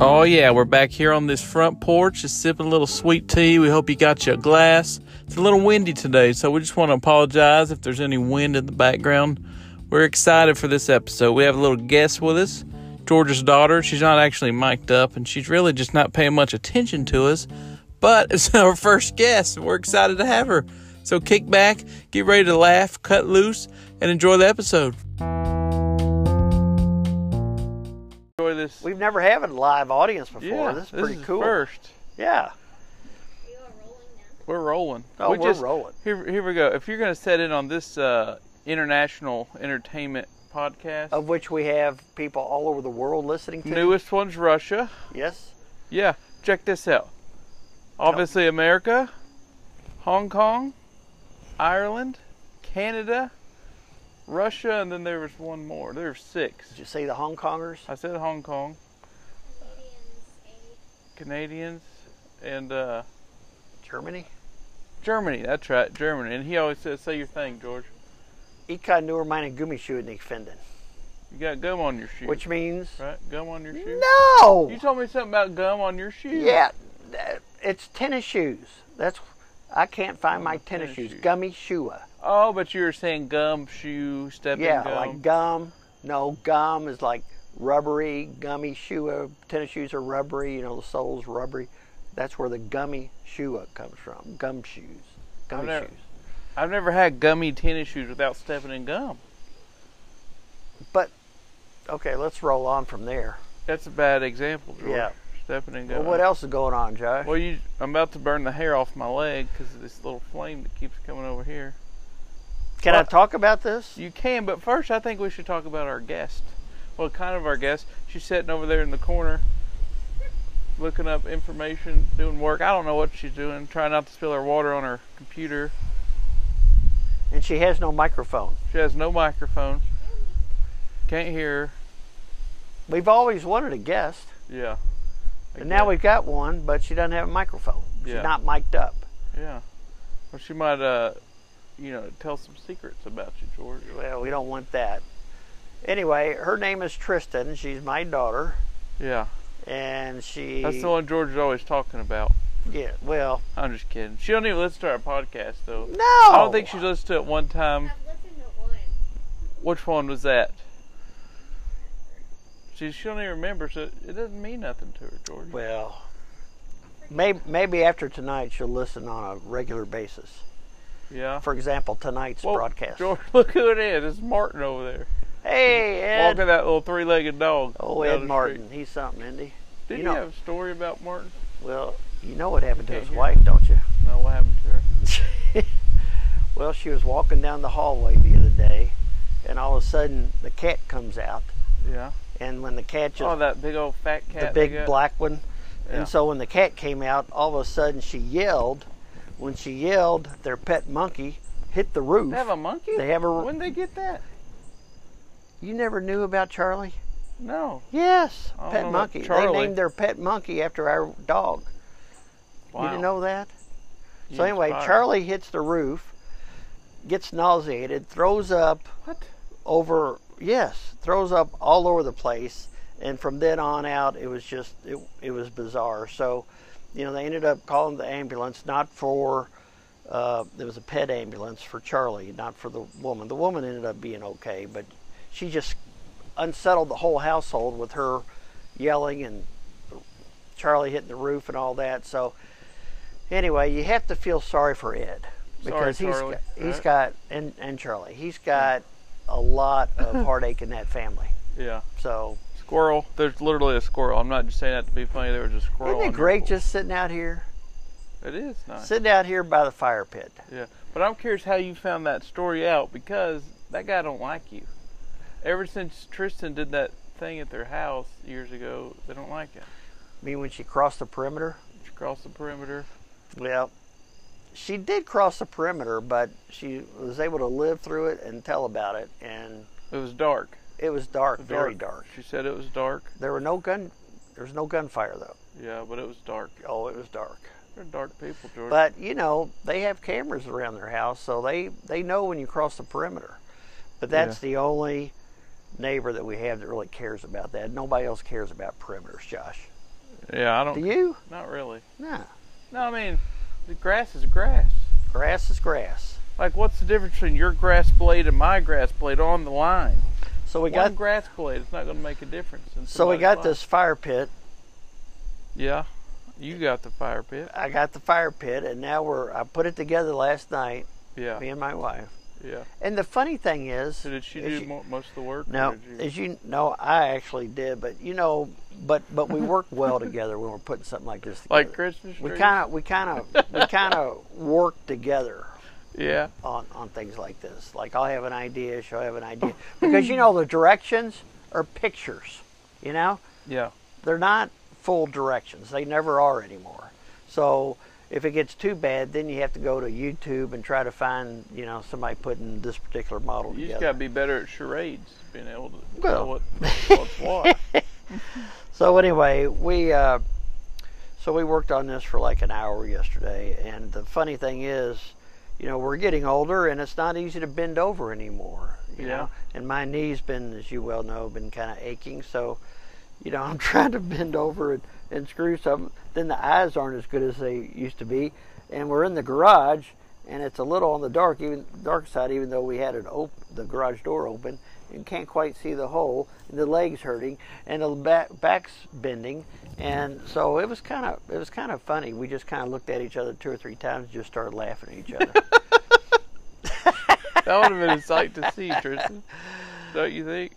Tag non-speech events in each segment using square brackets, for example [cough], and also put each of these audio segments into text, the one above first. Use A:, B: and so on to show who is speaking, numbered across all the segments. A: Oh, yeah, we're back here on this front porch, just sipping a little sweet tea. We hope you got you a glass. It's a little windy today, so we just want to apologize if there's any wind in the background. We're excited for this episode. We have a little guest with us, George's daughter. She's not actually mic'd up, and she's really just not paying much attention to us, but [laughs] it's our first guest, and we're excited to have her. So kick back, get ready to laugh, cut loose, and enjoy the episode. Enjoy this.
B: We've never had a live audience before.
A: Yeah,
B: this is pretty
A: the
B: cool.
A: First,
B: Yeah.
A: we're rolling.
B: Oh,
A: We
B: we are
A: just-
B: rolling.
A: Here, here we go. If you're going to set in on this uh, international entertainment podcast,
B: Of which we have people all over the world listening to.
A: newest one's Russia.
B: Yes.
A: Yeah, check this out. Obviously, America, Hong Kong, Ireland, Canada, Russia, and then there was one more. There's six.
B: Did you see the Hong Kongers?
A: I said Hong Kong. Canadians and uh,
B: Germany?
A: Germany. That's right, Germany. And he always says, "Say your thing, George.
B: Ich kann nur meine Gummischuhe nicht finden.
A: You got gum on your shoe,
B: Which means.
A: right? Gum on your shoe."
B: No!
A: You told me something about gum on your shoe.
B: Yeah. that- It's tennis shoes. That's. I can't find my tennis,
A: Oh, tennis
B: shoes.
A: shoes.
B: Gummy shoe.
A: Oh, but you were saying gum shoe stepping
B: Yeah,
A: gum.
B: like gum. No, gum is like rubbery, gummy shoe. uh, Tennis shoes are rubbery, you know, the sole's rubbery. That's where the gummy shoe comes from. Gum shoes. Gummy
A: never-
B: shoes.
A: I've never had gummy tennis shoes without stepping in gum.
B: But okay, let's roll on from there.
A: That's a bad example, George.
B: Yeah.
A: Stepping in
B: Well,
A: gum.
B: what else is going on, Josh?
A: Well, you, I'm about to burn the hair off my leg because of this little flame that keeps coming over here.
B: Can I
A: what-
B: talk about this?
A: You can, but first I think we should talk about our guest. Well, kind of our guest. She's sitting over there in the corner, looking up information, doing work. I don't know what she's doing. Trying not to spill her water on her computer.
B: And she has no microphone.
A: She has no microphone. Can't hear.
B: We've always wanted a guest,
A: her. Yeah.
B: and now we've got one, but she doesn't have a microphone. She's
A: Yeah.
B: not mic'd up.
A: Yeah. Well, she might, uh, you know, tell some secrets about you, George.
B: Well, we don't want that. Anyway, her name is Tristan. She's my daughter,
A: Yeah.
B: and she.
A: That's the one George is always talking about.
B: Yeah. Well,
A: I'm just kidding. She don't even listen to our podcast, though.
B: no.
A: I don't think she listened to it one time.
C: I've listened to one.
A: Which one was that? She, she don't even remember, so it doesn't mean nothing to her, George.
B: Well, maybe maybe after tonight she'll listen on a regular basis.
A: yeah.
B: For example, tonight's
A: Well,
B: broadcast.
A: George, [laughs] look who it is. It's Martin over there.
B: Hey, Ed.
A: Walking that little three legged dog.
B: Oh,
A: down the
B: Ed
A: street.
B: Martin. He's something, isn't he?
A: Did
B: you
A: you,
B: know-
A: have a story about Martin?
B: Well, you know what happened to
A: Can't
B: his
A: hear.
B: wife, don't you? [laughs]
A: No, what happened to her?
B: Well, she was walking down the hallway the other day, and all of a sudden the cat comes out.
A: Yeah.
B: And when the cat just
A: oh, that big old fat cat.
B: the
A: they
B: big
A: got.
B: black one.
A: Yeah.
B: And so when the cat came out, all of a sudden she yelled. When she yelled, their pet monkey hit the roof.
A: They have a monkey?
B: They have a-
A: When they get that?
B: you never knew about Charlie?
A: No.
B: Yes,
A: I don't know
B: pet
A: about
B: monkey. They
A: Charlie.
B: named their pet monkey after our dog.
A: Wow.
B: You didn't know that?
A: You
B: so anyway,
A: inspired.
B: Charlie hits the roof, gets nauseated, throws up
A: What?
B: over yes, throws up all over the place, and from then on out, it was just it, it was bizarre. So, you know, they ended up calling the ambulance not for uh, it was a pet ambulance for Charlie, not for the woman. The woman ended up being okay, but she just unsettled the whole household with her yelling and Charlie hitting the roof and all that. So, anyway, you have to feel sorry for Ed
A: Sorry,
B: because he's
A: Charlie.
B: got, he's
A: Right.
B: got and and Charlie he's got a lot of heartache in that family.
A: Yeah.
B: So
A: Squirrel. There's literally a squirrel. I'm not just saying that to be funny. There was a squirrel.
B: isn't
A: on
B: it
A: the
B: great
A: floor.
B: just sitting out here,
A: It is nice.
B: sitting out here by the fire pit?
A: Yeah. But I'm curious how you found that story out because that guy don't like you. Ever since Tristan did that thing at their house years ago, they don't like it.
B: I mean, when she crossed the perimeter,
A: She crossed the perimeter.
B: well, she did cross the perimeter, but she was able to live through it and tell about it. And
A: It was dark.
B: it was dark, very dark.
A: She said it was dark.
B: There were no gun, there was no gunfire though.
A: Yeah, but it was dark.
B: Oh, it was dark.
A: They're dark people, George.
B: But you know, they have cameras around their house, so they they know when you cross the perimeter. But that's the only neighbor that we have that really cares about that. Nobody else cares about perimeters, Josh.
A: Yeah, I don't.
B: Do you?
A: Not really.
B: No.
A: No, I mean, the grass is grass.
B: Grass is grass.
A: Like, what's the difference between your grass blade and my grass blade on the line?
B: So we
A: One
B: got
A: grass blade. It's not going to make a difference. in
B: so we
A: somebody's
B: got
A: life.
B: this fire pit.
A: Yeah, you got the fire pit.
B: I got the fire pit, and now we're I put it together last night.
A: Yeah,
B: Me and my wife.
A: yeah.
B: And the funny thing is,
A: So did she
B: is
A: do
B: you-
A: mo most of the work? or
B: No,
A: did you-
B: as you know, I actually did, but you know, but but we work
A: [laughs]
B: well together when we're putting something like this together.
A: like Christmas
B: we
A: trees?
B: kind of we kind
A: [laughs]
B: of we kind of work together
A: Yeah,
B: on on things like this. Like I'll have an idea, she'll have an idea, because you know the directions are pictures. You know,
A: yeah,
B: they're not full directions. They never are anymore. So if it gets too bad, then you have to go to YouTube and try to find you know somebody putting this particular model
A: You just
B: together.
A: got to be better at charades, being able to tell
B: Well.
A: what what's what.
B: [laughs] So anyway, we uh, so we worked on this for like an hour yesterday, and the funny thing is, you know, we're getting older, and it's not easy to bend over anymore. You
A: Yeah.
B: know, and my knees been, as you well know, been kind of aching. So, you know, [laughs] I'm trying to bend over and, and screw something. Then the eyes aren't as good as they used to be, and we're in the garage, and it's a little on the dark, even dark side, even though we had it op- the garage door open, and can't quite see the hole. And the legs hurting, and the back, back's bending, and so it was kind of it was kind of funny. We just kind of looked at each other two or three times, and just started laughing at each other. [laughs]
A: That would have been a sight to see, Tristan. Don't you think?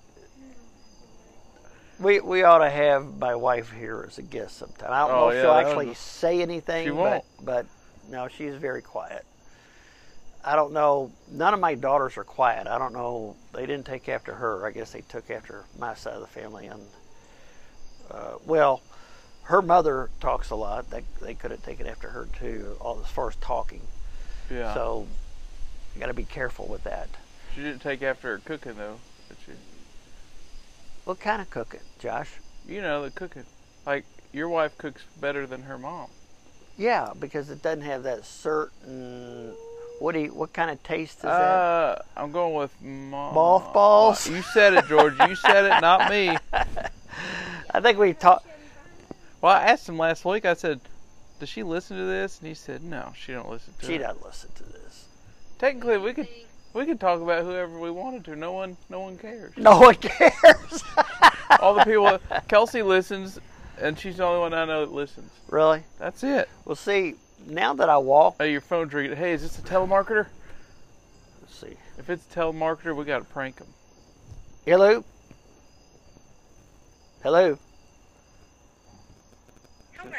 B: We we ought to have my wife here as a guest sometime. I don't
A: Oh,
B: know if
A: yeah,
B: she'll
A: that
B: actually
A: would-
B: say anything.
A: She won't.
B: But, but no, she's very quiet. I don't know. None of my daughters are quiet. I don't know. They didn't take after her. I guess they took after my side of the family. And uh, well, her mother talks a lot. They they could have taken after her too, all, as far as talking.
A: Yeah.
B: So you got to be careful with that.
A: She didn't take after her cooking though. Did she?
B: What kind of cooking, Josh?
A: You know the cooking. Like your wife cooks better than her mom.
B: Yeah, because it doesn't have that certain. What do you, what kind of taste is that?
A: Uh, I'm going with mom.
B: Mothballs?
A: You said it, George. You said it, not
B: [laughs]
A: me.
B: I think we talked.
A: Well, I asked him last week. I said, "Does she listen to this?" And he said, "No, she don't listen to
B: She
A: it."
B: doesn't listen to this.
A: Technically, we could we could talk about whoever we wanted to. No one no one cares.
B: No one cares. [laughs]
A: All the people. Kelsey listens, and she's the only one I know that listens.
B: really?
A: That's it.
B: Well, see, now that I walk,
A: Hey, your phone's ringing. Hey, is this a telemarketer?
B: let's see.
A: If it's a telemarketer, we gotta prank him.
B: Hello. Hello.
D: Hello,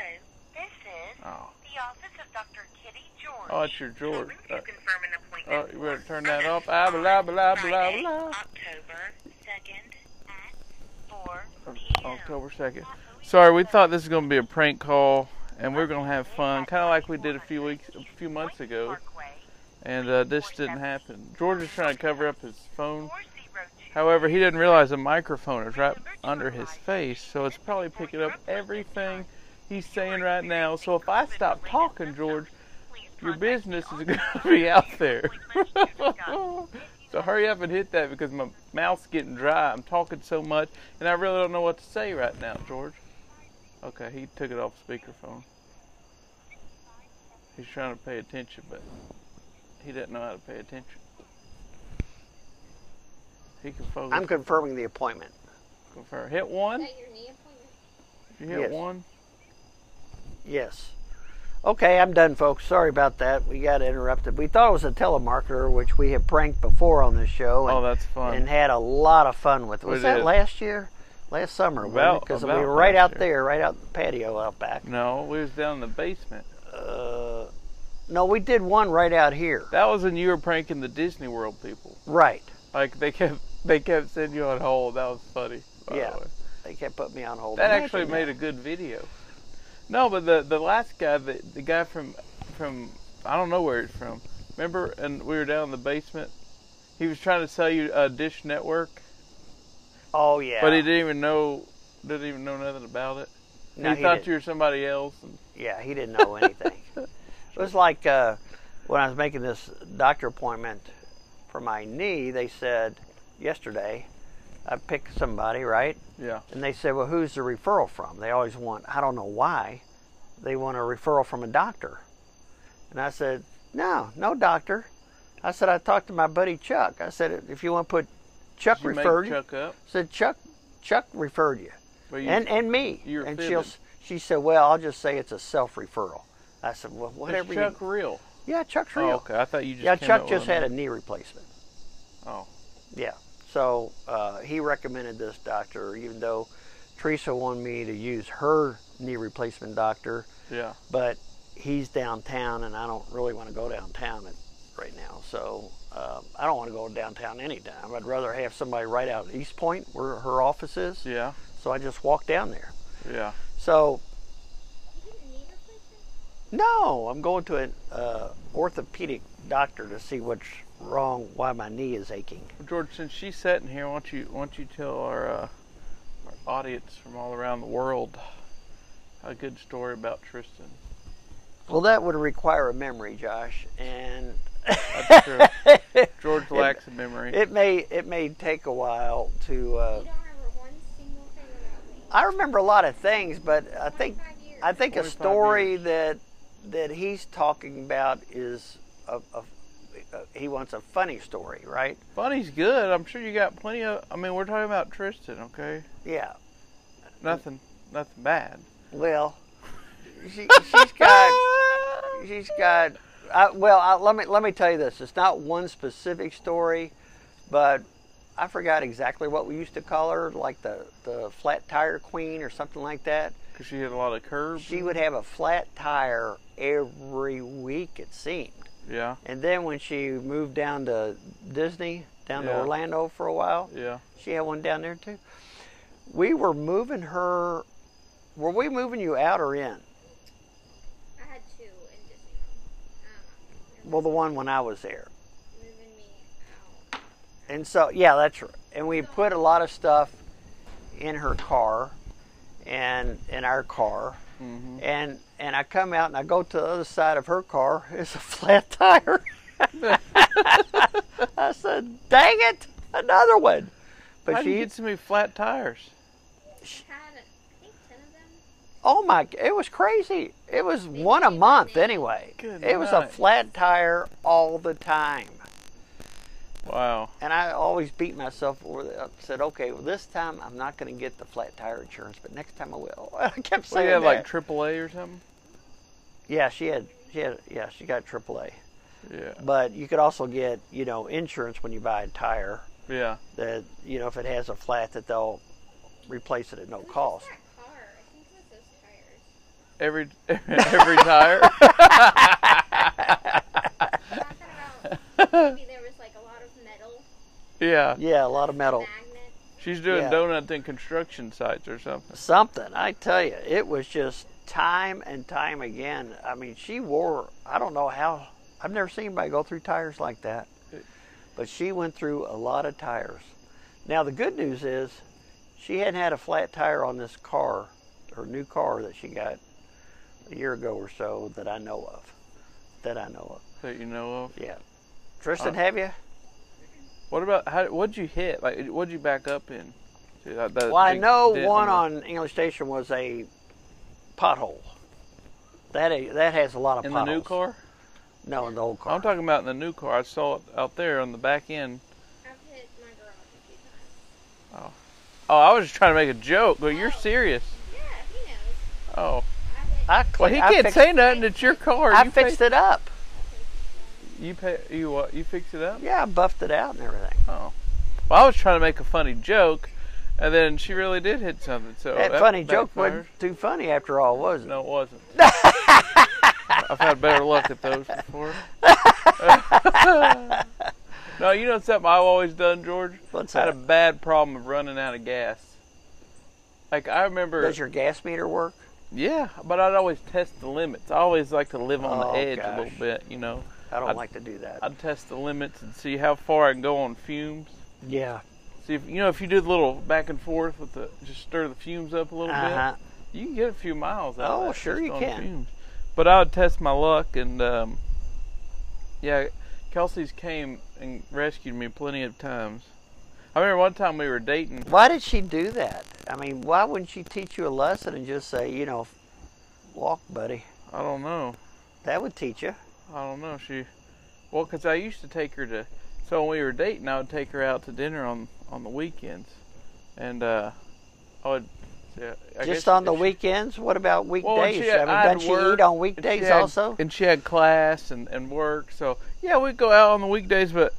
D: this is
A: Oh.
D: the office of Dr. Kitty George.
A: Oh, it's your George.
D: When
A: Uh,
D: you confirm an appointment.
A: oh, you better turn
D: for
A: that
D: us
A: off. Ah, blah, blah, blah,
D: Friday,
A: blah.
D: October 2nd at 4 p.m.
A: October 2nd. Sorry, we thought this was going to be a prank call and we are going to have fun, kind of like we did a few weeks, a few months ago, and uh, this didn't happen. George is trying to cover up his phone. However, he didn't realize the microphone is right under his face, so it's probably picking up everything he's saying right now. So if I stop talking, George, your business is going to [laughs] be out there. so hurry up and hit that because my mouth's getting dry. I'm talking so much, and I really don't know what to say right now, George. Okay, he took it off speakerphone. He's trying to pay attention, but he doesn't know how to pay attention. He can focus.
B: I'm confirming the appointment.
A: Confirm. Hit one.
E: Is that your knee appointment?
A: You hit
B: Yes.
A: one.
B: Yes. Okay, I'm done, folks. Sorry about that. We got interrupted. We thought it was a telemarketer, which we have pranked before on this show.
A: Oh, that's fun.
B: and had a lot of fun with. it. Was
A: We
B: that
A: did.
B: last year? Last summer,
A: About-
B: because we
A: about
B: were right
A: last
B: out
A: year.
B: there, right out the patio out back.
A: no, we was down in the basement.
B: Uh, no, we did one right out here.
A: That was when you were pranking the Disney World people.
B: Right.
A: Like they kept [laughs] they kept sending you on hold. That was funny. by the
B: Yeah.
A: way.
B: They kept putting me on hold.
A: Oh, That actually made a good video. No, but the the last guy, the, the guy from from I don't know where he's from. Remember, and we were down in the basement. He was trying to sell you a Dish Network,
B: Oh yeah.
A: but he didn't even know didn't even know nothing about it.
B: No,
A: he,
B: he
A: thought
B: didn't.
A: you were somebody else. And,
B: Yeah, he didn't know anything. it was like uh, when I was making this doctor appointment for my knee. They said yesterday, I pick somebody, right?
A: Yeah.
B: And they say, well, who's the referral from? They always want, I don't know why, they want a referral from a doctor. And I said, no, no doctor. I said, I talked to my buddy Chuck. I said, if you want to put Chuck
A: You make
B: referred you,
A: Chuck up.
B: I said Chuck, Chuck referred you.
A: Well, you-
B: and, and me.
A: you're
B: and
A: fibbing.
B: she'll, she said, well, I'll just say it's a self referral. I said, well,
A: Is
B: whatever
A: Chuck
B: you.
A: real?
B: Yeah, Chuck's real.
A: Oh, okay. I thought you just
B: yeah,
A: came
B: Chuck
A: up
B: just
A: with
B: had a
A: it.
B: knee replacement.
A: Oh,
B: Yeah. So uh, he recommended this doctor, even though Teresa wanted me to use her knee replacement doctor,
A: yeah.
B: but he's downtown and I don't really want to go downtown at, right now. So um, I don't want to go downtown anytime. I'd rather have somebody right out at East Point where her office is.
A: Yeah.
B: So I just walked down there.
A: Yeah.
B: So. No, I'm going to an uh, orthopedic doctor to see what's wrong, why my knee is aching.
A: Well, George, since she's sitting here, why don't you why don't you tell our, uh, our audience from all around the world a good story about Tristan?
B: Well, that would require a memory, Josh, and
A: That's true.
B: [laughs]
A: George lacks a memory.
B: it may it may take a while to. Uh,
F: You don't remember one single thing about me.
B: I remember a lot of things, but I think
F: 25 years.
B: I think a
A: 45
B: story
A: years.
B: that that he's talking about is a, a, a- he wants a funny story, right?
A: Funny's good. I'm sure you got plenty of. I mean, we're talking about Tristan, okay?
B: Yeah.
A: Nothing, nothing bad.
B: Well, she, she's
A: [laughs]
B: got she's got. I, well, I, let me let me tell you this. It's not one specific story, but I forgot exactly what we used to call her, like the the flat tire queen or something like that.
A: Cause she had a lot of curves.
B: She would have a flat tire every week, it seemed.
A: Yeah,
B: And then when she moved down to Disney, down to
A: Yeah.
B: Orlando for a while,
A: yeah.
B: she had one down there too. We were moving her. Were we moving you out or in?
F: I had two in Disneyland. Um,
B: Well, the one when I was there.
F: moving me out.
B: And so, yeah, that's right. And we put a lot of stuff in her car and in our car.
A: Mm-hmm.
B: And and I come out and I go to the other side of her car. [laughs] It's a flat tire. [laughs] I said, "Dang it, another one!" But
A: How do
B: she,
A: you get so many flat tires?
F: Had I think ten of them.
B: oh my, it was crazy. It was one a month anyway.
A: Good
B: it was a
A: night.
B: flat tire all the time.
A: Wow.
B: And I always beat myself over that. I said, okay, well, this time I'm not going to get the flat tire insurance, but next time I will. [laughs] I kept
A: So you
B: saying
A: had
B: that.
A: like AAA or something?
B: yeah, she had, she had, yeah, she got AAA.
A: Yeah.
B: But you could also get, you know, insurance when you buy a tire
A: Yeah.
B: that, you know, if it has a flat, that they'll replace it at no cost.
F: That car. I think it was those tires.
A: Every [laughs] every tire.
F: Talking about maybe there was like a lot of metal
A: Yeah.
B: Yeah, a lot of metal.
F: magnets.
A: She's doing
B: Yeah.
A: donuts in construction sites or something.
B: Something, I tell you, it was just time and time again. I mean, she wore, I don't know how, I've never seen anybody go through tires like that. But she went through a lot of tires. Now, the good news is she hadn't had a flat tire on this car, her new car that she got a year ago or so that I know of. That I know of.
A: That you know of.
B: Yeah. Tristan, have you?
A: What about how? What'd you hit? Like, what'd you back up in? See, that- that
B: Well, I
A: big
B: know
A: dent
B: one
A: the-
B: on English Station was a pothole. That that has a lot of
A: in the
B: potholes.
A: new car.
B: No, in the old car.
A: I'm talking about in the new car. I saw it out there on the back end.
F: I've hit my garage a few times.
A: Oh, I was just trying to make a joke, but you're serious.
F: Yeah, he
A: Oh,
F: knows. I hit.
B: I,
A: well, he
B: I
A: can't
B: fixed,
A: say nothing. It's your car.
B: I
A: you
B: fixed
A: pay,
B: it up.
A: You pay. You what? You fixed it up.
B: Yeah, I buffed it out and everything.
A: Oh, well, I was trying to make a funny joke, and then she really did hit something. So
B: that, funny joke
A: backfired.
B: wasn't too funny after all, was it?
A: No, it wasn't.
B: [laughs]
A: I've had better luck at those
B: [laughs]
A: before. no, you know something I've always done, George.
B: What's
A: I had a
B: that?
A: bad problem of running out of gas. Like I remember,
B: Does your gas meter work?
A: yeah, but I'd always test the limits. I always like to live on
B: Oh,
A: the edge
B: gosh.
A: a little bit, you know.
B: I don't
A: I-
B: like to do that.
A: I'd test the limits and see how far I can go on fumes.
B: yeah.
A: See if you know if you did a little back and forth with the just stir the fumes up a little
B: Uh-huh.
A: bit, you can get a few miles out.
B: Oh,
A: of that
B: sure
A: just
B: you
A: on
B: can.
A: Fumes. But I would test my luck, and um, yeah, Kelsey's came and rescued me plenty of times. I remember one time we were dating.
B: Why did she do that? I mean, why wouldn't she teach you a lesson and just say, you know, walk, buddy?
A: I don't know.
B: That would teach you.
A: I don't know. She, well, 'cause I used to take her to. So when we were dating, I would take her out to dinner on on the weekends, and uh, I would. Yeah, I guess
B: just on the
A: if she-
B: weekends? What about weekdays?
A: and she
B: I
A: had-
B: mean,
A: I had
B: doesn't she
A: work,
B: eat on
A: and she
B: weekdays
A: had-
B: also?
A: And she had class and, and work, so yeah, we'd go out on the weekdays, but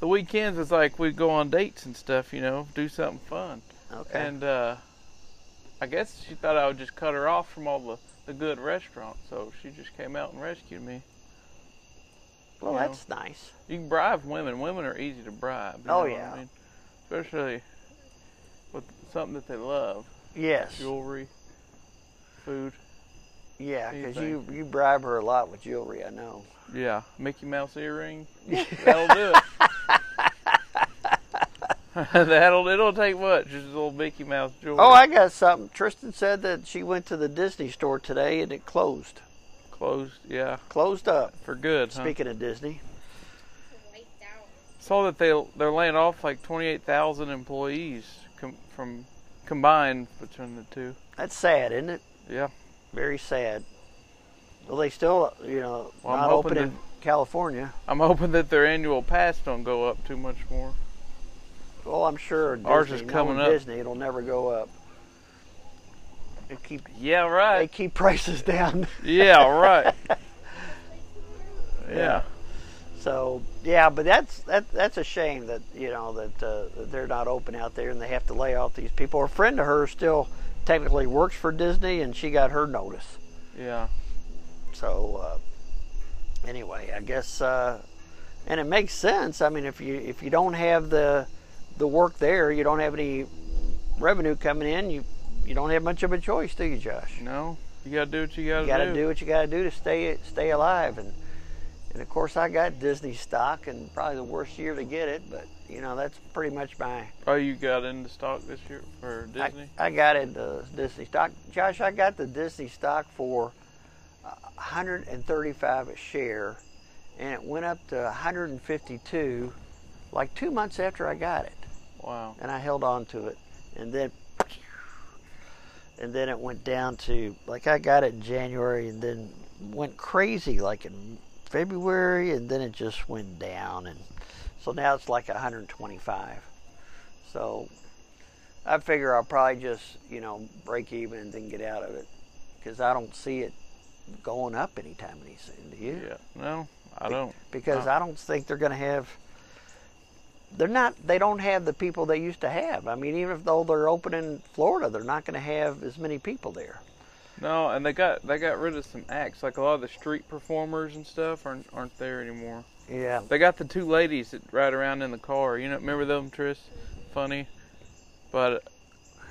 A: the weekends was like we'd go on dates and stuff, you know, do something fun.
B: Okay.
A: And uh, I guess she thought I would just cut her off from all the, the good restaurants, so she just came out and rescued me.
B: well,
A: you know.
B: that's nice.
A: You can bribe women. Women are easy to bribe. you
B: Oh,
A: know what I
B: yeah.
A: mean? Especially with something that they love,
B: Yes.
A: jewelry, food.
B: Yeah,
A: you
B: because you,
A: think?
B: you bribe her a lot with jewelry, I know.
A: Yeah, Mickey Mouse
B: [laughs]
A: earring. That'll do it. [laughs] That'll it'll take what? Just a little Mickey Mouse jewelry.
B: Oh, I got something. Tristan said that she went to the Disney store today and it closed.
A: closed. Yeah,
B: Closed up.
A: for good. Huh?
B: Speaking of Disney.
F: Wiped out.
A: Saw that they they're laying off like twenty eight thousand employees com- from combined between the two.
B: That's sad, isn't it?
A: Yeah.
B: Very sad. Well, they still, you know,
A: Well, I'm
B: not
A: hoping
B: open in California.
A: I'm hoping that their annual pass don't go up too much more.
B: Well, I'm sure
A: Ours
B: Disney,
A: is coming
B: knowing
A: up.
B: Disney, it'll never go up. They keep
A: Yeah,
B: they
A: right.
B: keep prices [laughs] down.
A: Yeah,
B: [laughs]
A: right. yeah.
B: So yeah, but that's that that's a shame that you know that, uh, that they're not open out there and they have to lay off these people. A friend of hers still technically works for Disney, and she got her notice.
A: Yeah.
B: So uh, anyway, I guess uh, and it makes sense. I mean, if you if you don't have the the work there, you don't have any revenue coming in. You you don't have much of a choice, do you, Josh?
A: No, you gotta do what you gotta,
B: You got to do what you got to do to stay stay alive. And and of course, I got Disney stock, and probably the worst year to get it. But you know, that's pretty much my.
A: Oh, you got into stock this year for
B: I,
A: Disney?
B: I got it uh, Disney stock, Josh. I got the Disney stock for uh, 135 a share, and it went up to 152, like two months after I got it,
A: Wow.
B: and I held on to it, and then. And then it went down to like I got it in January, and then went crazy like in February, and then it just went down, and so now it's like 125. So I figure I'll probably just you know break even and then get out of it because I don't see it going up anytime any soon. Do you?
A: Yeah. No, I don't.
B: Because
A: No.
B: I don't think they're going to have. They're not. They don't have the people they used to have. I mean, even if though they're open in Florida, they're not going to have as many people there.
A: No, and they got they got rid of some acts. Like a lot of the street performers and stuff aren't aren't there anymore.
B: Yeah.
A: They got the two ladies that ride around in the car. You know, remember them, Tris? Funny, but uh,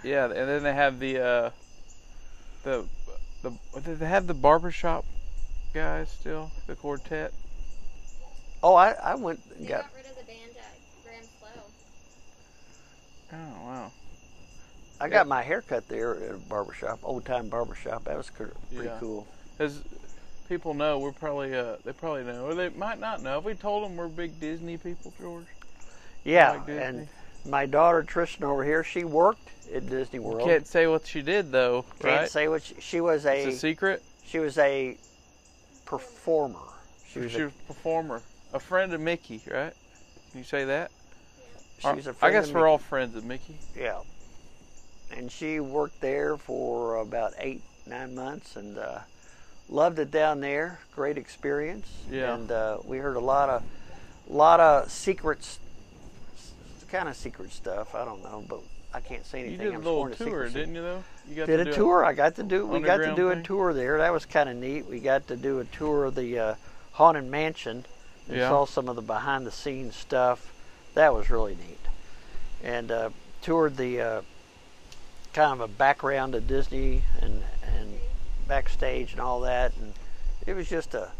A: yeah, and then they have the uh, the the did they have the barbershop guys still the quartet?
B: Oh, I, I went and
F: They
B: got
F: got rid of the band at Grand Flow.
A: Oh wow,
B: I
A: Yeah.
B: got my hair cut there at a barbershop, old time barbershop. That was cur- pretty
A: Yeah.
B: cool.
A: as people know, we're probably uh they probably know or they might not know. Have we told them we're big Disney people, George?
B: Yeah,
A: Like Disney?
B: and my daughter Tristan over here, she worked at Disney World.
A: Can't say what she did though,
B: Can't
A: right?
B: say what she, she was a,
A: it's a secret.
B: she was a performer. She was
A: She
B: a,
A: was a performer, a friend of Mickey, right? Can you say that?
B: she was a
A: I
B: friend
A: guess
B: of
A: we're
B: me-
A: all friends of Mickey.
B: yeah. And she worked there for about eight nine months and uh, loved it down there. Great experience.
A: Yeah.
B: And uh, we heard a lot of lot of secrets, kind of secret stuff. I don't know, but I can't say
A: You
B: anything.
A: did a
B: I'm
A: little
B: sworn to
A: tour,
B: secrecy.
A: didn't you? Though you got
B: did
A: to
B: a
A: do
B: tour. I got to do. We got to
A: underground
B: do a
A: thing?
B: tour there. That was kind of neat. We got to do a tour of the uh, haunted mansion and
A: Yeah.
B: saw some of the behind the scenes stuff. That was really neat. And uh, toured the uh, kind of a background of Disney and and backstage and all that. And it was just a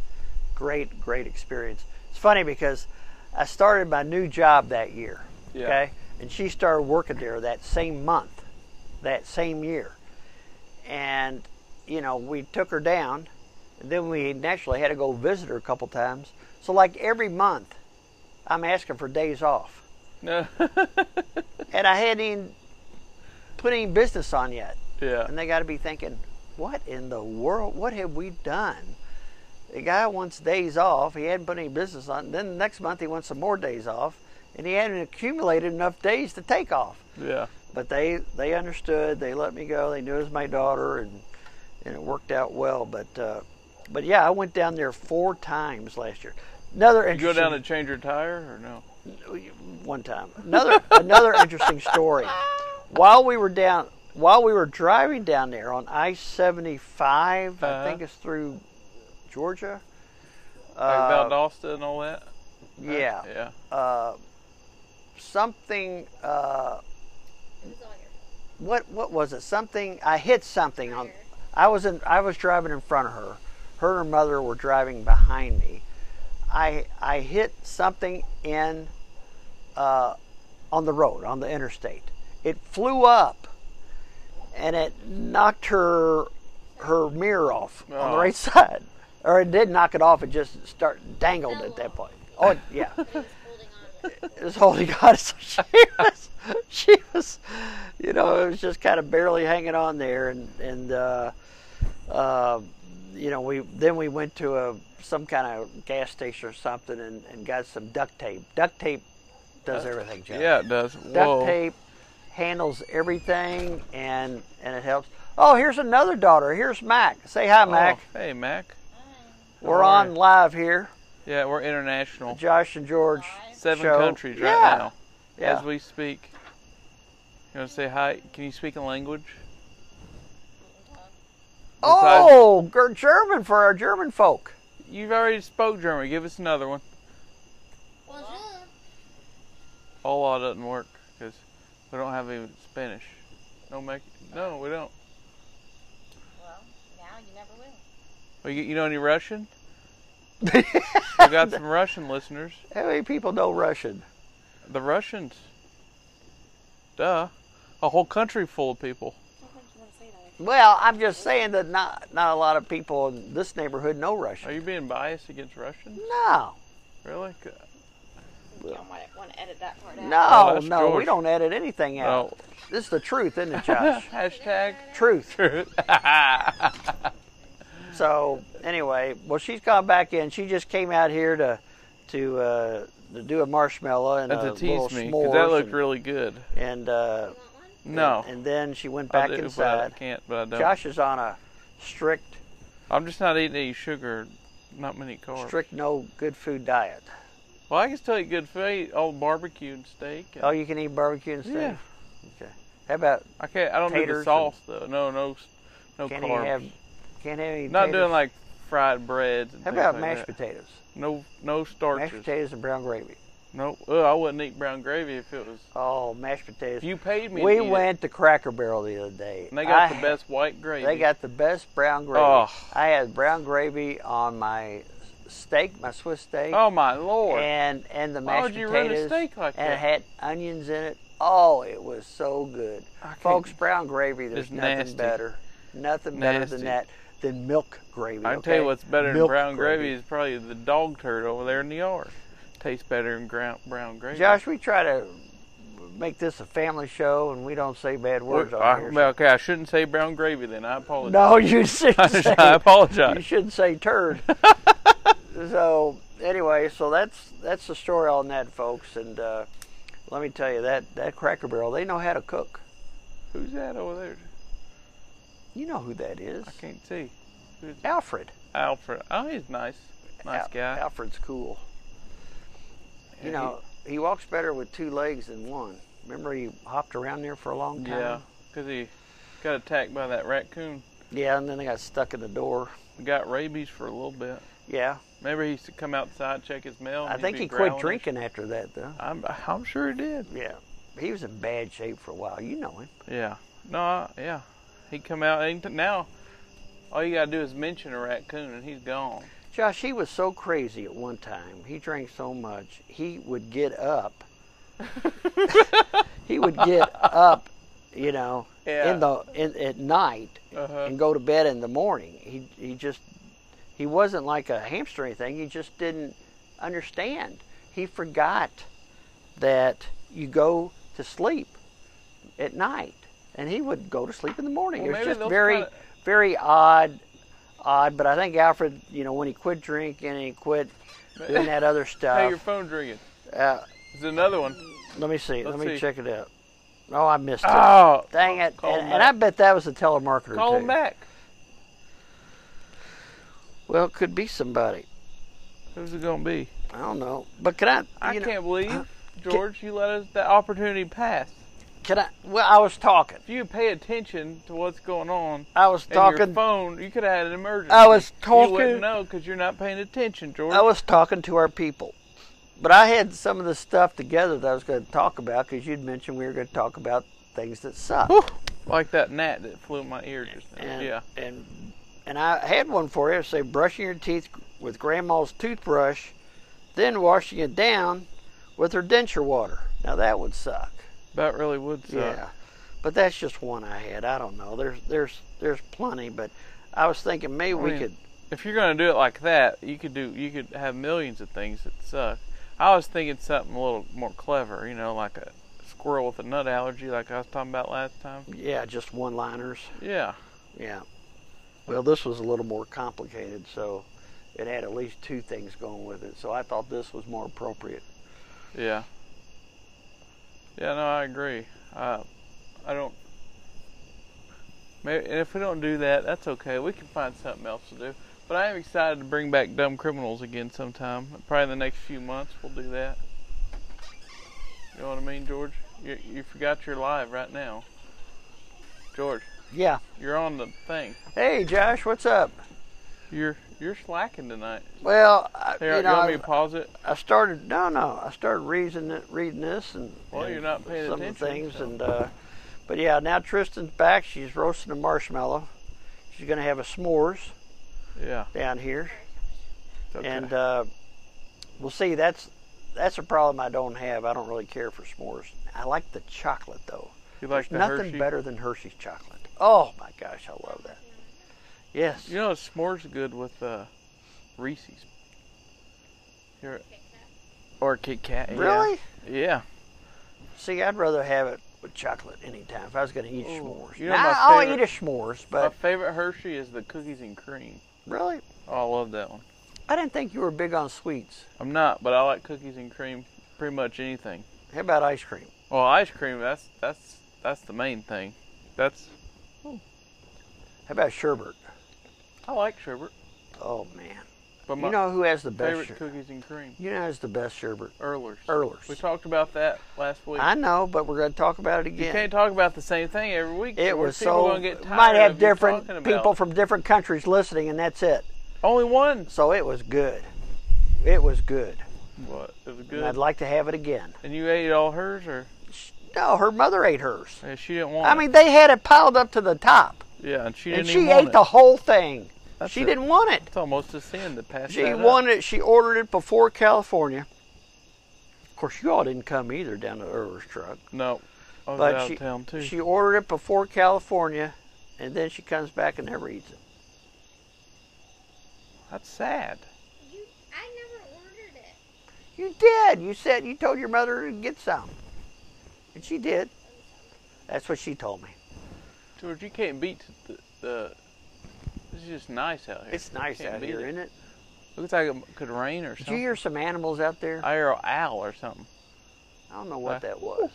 B: great great experience. It's funny because I started my new job that year.
A: Yeah.
B: Okay, and she started working there that same month, that same year and you know we took her down and then we naturally had to go visit her a couple times so like every month i'm asking for days off [laughs]
A: No.
B: and I hadn't even put any business on yet.
A: [laughs] yeah.
B: And they got to be thinking, what in the world? What have we done? The guy wants days off. He hadn't put any business on. Then the next month he wants some more days off, and he hadn't accumulated enough days to take off.
A: Yeah.
B: But they they understood. They let me go. They knew it was my daughter, and and it worked out well. But uh, but yeah, I went down there four times last year. Another
A: You go
B: interesting
A: down and change your tire or no?
B: one time. Another another interesting story. While we were down, while we were driving down there on I seventy five, I
A: Uh-huh.
B: think it's through Georgia.
A: Like
B: Uh,
A: about Valdosta and all that?
B: yeah, Uh,
A: Yeah.
B: something. Uh,
F: It was all your fault.
B: what what was it? Something. I hit something on. I was in. I was driving in front of her. Her and her mother were driving behind me. I I hit something in. Uh, on the road on the interstate. It flew up, and it knocked her her mirror off on the
A: Oh.
B: right [laughs] side, or it did knock it off. It just start dangled at that point. Oh it- yeah,
F: It was holding on. to
B: it
F: it.
B: was holding on. [laughs] So
A: [laughs]
B: she was, she was, you know, it was just kind of barely hanging on there, and and uh, uh, you know, we then we went to a some kind of gas station or something, and, and got some duct tape. Duct tape does everything, Joe
A: Yeah, it does.
B: duct
A: Whoa.
B: tape handles everything and and it helps oh here's another daughter here's mac say hi
A: Oh,
B: mac
A: hey, Mac.
B: we're
A: how are
B: on
A: you?
B: live here
A: Yeah, we're international.
B: josh and george
A: Seven
B: show.
A: countries right
B: Yeah,
A: now
B: yeah
A: as we speak. You want to say hi? Can you speak a language?
B: oh Ger- german for our german [laughs] folk
A: You've already spoke German. Give us another one.
F: Bonjour.
A: Hola doesn't work because we don't have even Spanish. No, make no, we don't.
F: Well, now you never will.
A: Well, you, you know any Russian? we got some Russian listeners.
B: how many people know russian
A: The Russians. Duh. A whole country full of people.
F: I don't think you want to say that.
B: well i'm just saying that not not a lot of people in this neighborhood know russian
A: Are you being biased against Russians?
B: no
A: Really?
F: You don't want to, want to edit that part out.
A: Oh,
B: no
A: that's
B: no we
A: George.
B: don't edit anything out
A: No.
B: this is the truth isn't it [laughs] josh
A: Hashtag.
B: truth
A: [laughs] Truth.
B: So anyway, well, she's gone back in. She just came out here to to uh, to do a marshmallow and,
A: And
B: a
A: to
B: little
A: tease me,
B: s'mores
A: because that looked
B: and,
A: really good.
B: and uh,
F: You want one?
A: No.
B: and, then she went
A: I
B: back
A: do, but
B: inside.
A: I can't, but I don't.
B: Josh is on a strict
A: I'm just not eating any sugar, not many carbs.
B: strict no good food diet.
A: Well, I can still eat good food, old barbecue and steak. and-
B: Oh, you can eat barbecue and stuff.
A: Yeah.
B: Okay. How about
A: I can't. I don't do
B: taters
A: the
B: and-
A: sauce though. No, no, no
B: can't even
A: carbs.
B: have can't have any.
A: Not
B: taters?
A: doing like fried breads. And
B: How
A: things
B: about
A: like
B: mashed
A: that.
B: potatoes?
A: No, no
B: Mashed
A: starches.
B: potatoes and brown gravy.
A: No, ugh, I wouldn't eat brown gravy if it was.
B: Oh, mashed potatoes.
A: If you paid me. to
B: we
A: eat it.
B: went to Cracker Barrel the other day.
A: and they got
B: I
A: the best white gravy.
B: They got the best brown gravy.
A: Oh.
B: I had brown gravy on my steak, my Swiss steak,
A: Oh my lord!
B: and and the mashed
A: Why would you ruin a
B: potatoes,
A: steak like
B: and
A: that?
B: it had onions in it. Oh, it was so good,
A: can't-
B: folks. Brown gravy, there's
A: It's
B: nothing
A: nasty.
B: better, nothing better than
A: Nasty.
B: that than milk gravy.
A: I can
B: okay?
A: tell you what's better than
B: Milk
A: brown gravy. is probably the dog turd over there in the yard. Tastes better than ground, brown gravy.
B: Josh, we try to make this a family show, and we don't say bad words
A: Well,
B: on
A: I-
B: here.
A: well, okay, I shouldn't say brown gravy then. I apologize.
B: No, [laughs] you
A: [laughs]
B: shouldn't
A: I
B: say.
A: apologize.
B: [laughs] You shouldn't
A: [laughs]
B: say turd. so anyway, so that's that's the story on that, folks. And uh, let me tell you that that Cracker Barrel, they know how to cook.
A: Who's that over there?
B: You know who that is?
A: I can't see. Who's
B: Alfred.
A: Alfred. Oh, he's nice. Nice
B: Al-
A: guy.
B: Alfred's cool.
A: Yeah,
B: You know, he walks better with two legs than one. Remember, he hopped around there for a long
A: he,
B: time.
A: yeah, because he got attacked by that raccoon.
B: Yeah, and then they got stuck in the door.
A: He got rabies for a little bit.
B: Yeah,
A: Remember, he used to come outside check his mail. and
B: I
A: he'd
B: think
A: be
B: he
A: growling
B: quit
A: and
B: drinking after that, though.
A: sh- I'm, I'm sure he did.
B: Yeah, he was in bad shape for a while. You know him.
A: Yeah. No. I, yeah. He come out and t- now. All you gotta do is mention a raccoon and he's gone.
B: Josh, he was so crazy at one time. He drank so much, he would get
A: [laughs]
B: up. he would get up, you know,
A: Yeah.
B: in the in, at night
A: Uh-huh.
B: and go to bed in the morning. He he just he wasn't like a hamster or anything. He just didn't understand. He forgot that you go to sleep at night, and he would go to sleep in the morning.
A: Well,
B: it was
A: maybe
B: just
A: those
B: very,
A: kinda-
B: very odd, odd. But I think Alfred, you know, when he quit drinking and he quit doing that other
A: Hey, your
B: stuff,
A: phone ringing.
B: uh,
A: There's another one.
B: let me see, let
A: Let's
B: me
A: see.
B: check it out. Oh, I missed it.
A: Oh,
B: Dang it!
A: Call
B: And, and I
A: Mac.
B: bet that was a telemarketer
A: call
B: too.
A: him back.
B: Well, it could be somebody.
A: Who's it gonna be?
B: I don't know. But can I?
A: I
B: you know, uh,
A: can't believe, George, you let us that opportunity pass.
B: Can I? Well, I was talking.
A: If you pay attention to what's going on
B: I was
A: and your
B: talking.
A: phone, you could have had an emergency.
B: I was
A: You
B: talking.
A: wouldn't know because you're not paying attention, George.
B: I was talking to our people. But I had some of the stuff together that I was going to talk about because you'd mentioned we were going to talk about things that suck.
A: like that gnat that flew in my ear just now.
B: And,
A: yeah.
B: And and I had one for you. Say brushing your teeth with grandma's toothbrush, then washing it down with her denture water. Now that would suck.
A: That really would suck.
B: Yeah. But that's just one I had. I don't know. There's there's there's plenty, but I was thinking maybe we
A: mean,
B: could
A: If you're gonna do it like that, you could do you could have millions of things that suck. I was thinking something a little more clever, you know, like a squirrel with a nut allergy, like I was talking about last time.
B: yeah, just one liners.
A: Yeah.
B: Yeah. Well, this was a little more complicated, so it had at least two things going with it. So I thought this was more appropriate.
A: Yeah. Yeah, no, I agree. Uh, I don't. Maybe, and if we don't do that, that's okay. We can find something else to do. But I am excited to bring back Dumb Criminals again sometime. Probably in the next few months, we'll do that. You know what I mean, George? You, you forgot you're live right now. George,
B: Yeah.
A: you're on the thing.
B: Hey, Josh, what's up?
A: You're you're slacking tonight.
B: Well, I,
A: Here,
B: you
A: you
B: know,
A: want me
B: I,
A: to pause it?
B: I started. No, no, I started reading it, reading this, and
A: Well,
B: and
A: you're not paying
B: some of the
A: attention,
B: things,
A: so.
B: and uh, but yeah, now Tristan's back. She's roasting a marshmallow. She's gonna have a s'mores
A: Yeah.
B: down here,
A: it's okay.
B: and uh, we'll see. That's that's a problem I don't have. I don't really care for s'mores. I like the chocolate though.
A: you like the
B: There's nothing
A: Hershey?
B: better than Hershey's chocolate. Oh my gosh, I love that. Yes.
A: You know, s'mores good with uh, Reese's. Here, or Kit Kat. yeah.
B: really?
A: Yeah.
B: See, I'd rather have it with chocolate anytime if I was going to eat s'mores.
A: Oh, you know my
B: Now, I'll eat
A: favorite-
B: a s'mores,
A: My
B: but
A: favorite Hershey is the cookies and cream.
B: really,
A: Oh, I love that one.
B: I didn't think you were big on sweets.
A: I'm not, but I like cookies and cream pretty much anything.
B: How about ice cream?
A: Well, ice cream. That's that's that's the main thing. That's
B: How about sherbet?
A: I like sherbet,
B: Oh man,
A: but my
B: you know who has the best?
A: favorite
B: Sherbet?
A: cookies and cream.
B: You know who has the best sherbet?
A: Erlers.
B: Erlers.
A: We talked about that last week.
B: I know, but we're going to talk about it
A: you
B: again.
A: can't talk about the same thing every week.
B: It
A: George.
B: was
A: People
B: so
A: gonna get tired
B: might have
A: of you
B: different
A: talking about
B: people
A: it.
B: from different countries listening, and that's it.
A: Only one.
B: So it was good. It was good.
A: What? It was
B: And
A: good.
B: I'd like to have it again.
A: And you ate all hers, or
B: Sh- No, her mother ate hers.
A: yeah, she didn't want?
B: I
A: it.
B: mean, they had it piled up to the top,
A: yeah, and she didn't
B: and
A: even
B: she
A: want
B: ate the
A: it.
B: whole thing.
A: That's
B: she
A: it.
B: didn't want it.
A: It's almost a sin to pass
B: She
A: that up.
B: wanted. She ordered it before California. Of course, you all didn't come either down to Irver's truck,
A: No, I was
B: but
A: out
B: she
A: of town too.
B: she ordered it before California, and then she comes back and never eats it.
A: That's sad.
F: You, I never ordered it.
B: You did. You said you told your mother to get some, and she did. That's what she told me.
A: George, you can't beat the. the it's just nice out here.
B: It's nice
A: Can't
B: out
A: beat
B: here,
A: It.
B: isn't it?
A: Looks like it could rain or
B: Did you
A: something.
B: hear some animals out there?
A: I hear an owl or something.
B: I don't know what
A: Uh,
B: that was.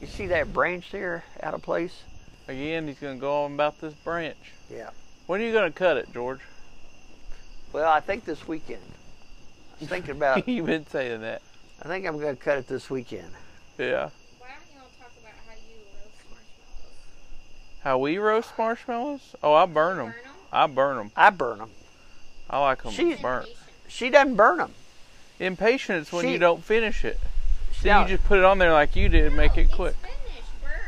B: You see that branch there out of place?
A: Again, he's gonna go on about this branch.
B: Yeah.
A: When are you gonna cut it, George? [laughs]
B: Well, I think this weekend. I was
A: [laughs]
B: thinking about.
A: You've been saying that.
B: I think I'm gonna cut it this weekend.
A: Yeah.
F: Why don't y'all talk about how you roast marshmallows?
A: How we roast marshmallows? Oh, I burn them.
F: Burn 'em?
A: I burn them.
B: I burn them.
A: I like them
B: She's-
A: burnt.
B: She doesn't burn them.
A: Impatient is when
B: She-
A: you don't finish it. So
B: Now,
A: you just put it on there like you did, make it
F: it's
A: quick.
F: finished, burnt,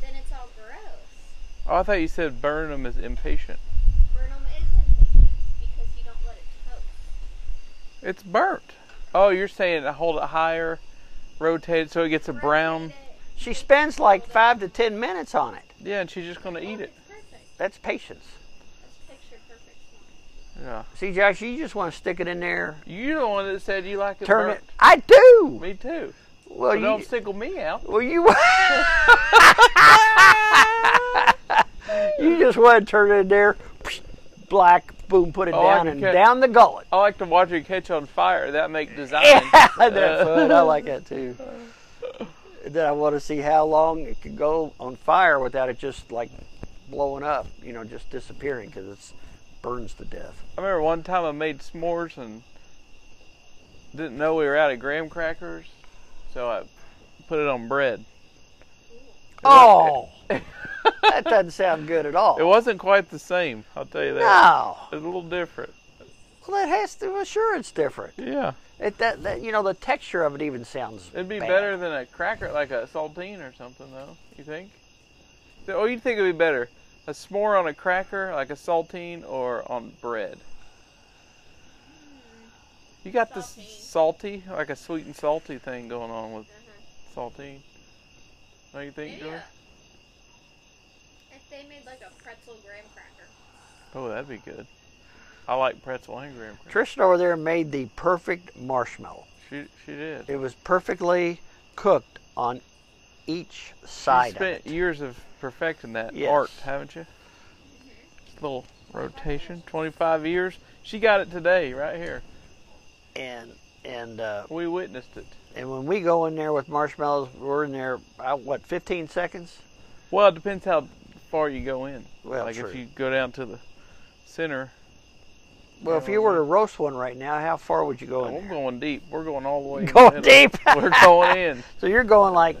F: then it's all gross.
A: Oh, I thought you said burn them is impatient.
F: Burn 'em is impatient because you don't let it toast.
A: It's burnt. Oh, you're saying to hold it higher, rotate it so it gets a brown.
F: Rotate it.
B: she spends like five to ten minutes on it.
A: Yeah, and she's just gonna eat it.
F: Oh, It's perfect.
B: That's patience.
F: That's picture perfect. smart.
A: Yeah.
B: See, Josh, you just want to stick it in there,
A: You're the one that said you like it
B: turn
A: burnt.
B: it. I do.
A: Me too.
B: Well,
A: But don't
B: you,
A: single me out.
B: well, you. [laughs] you just went and turned it in there, black, boom, put it
A: Oh, I
B: down,
A: can
B: and
A: catch-
B: down the gullet.
A: I like to watch it catch on fire. That make design.
B: Yeah, [laughs] that's
A: Uh,
B: fun. I like that too. And Then I want to see how long it could go on fire without it just like blowing up, you know, just disappearing because it burns to death.
A: I remember one time I made s'mores and didn't know we were out of graham crackers, so I put it on bread.
B: Oh, [laughs] that doesn't sound good at all.
A: It wasn't quite the same. I'll tell you that.
B: No,
A: It's a little different.
B: well, it has to. Well, sure, it's different.
A: Yeah,
B: It, that, that you know, the texture of it even sounds.
A: it'd be
B: bad.
A: better than a cracker, like a saltine or something, though. You think? Oh, you think it'd be better a s'more on a cracker, like a saltine, or on bread? You got this salty, like a sweet and salty thing going on with saltine. Don't you think, George?
F: Yeah. If they made like a pretzel graham cracker.
A: Oh, that'd be good. I like pretzel and graham crackers.
B: Tristan over there made the perfect marshmallow.
A: She she did.
B: It was perfectly cooked on each
A: You
B: side of it.
A: spent years of perfecting that
B: Yes.
A: art, haven't you? Little rotation, 25 years. She got it today, right here.
B: and and uh,
A: We witnessed it.
B: and when we go in there with marshmallows, we're in there about what 15 seconds.
A: Well, it depends how far you go in.
B: Well,
A: like
B: true.
A: if you go down to the center,
B: Well, if you were to roast one right now, how far would you go in?
A: we're
B: There?
A: going deep. We're going all the way. in the
B: Going
A: middle.
B: deep.
A: [laughs] We're going in.
B: So you're going like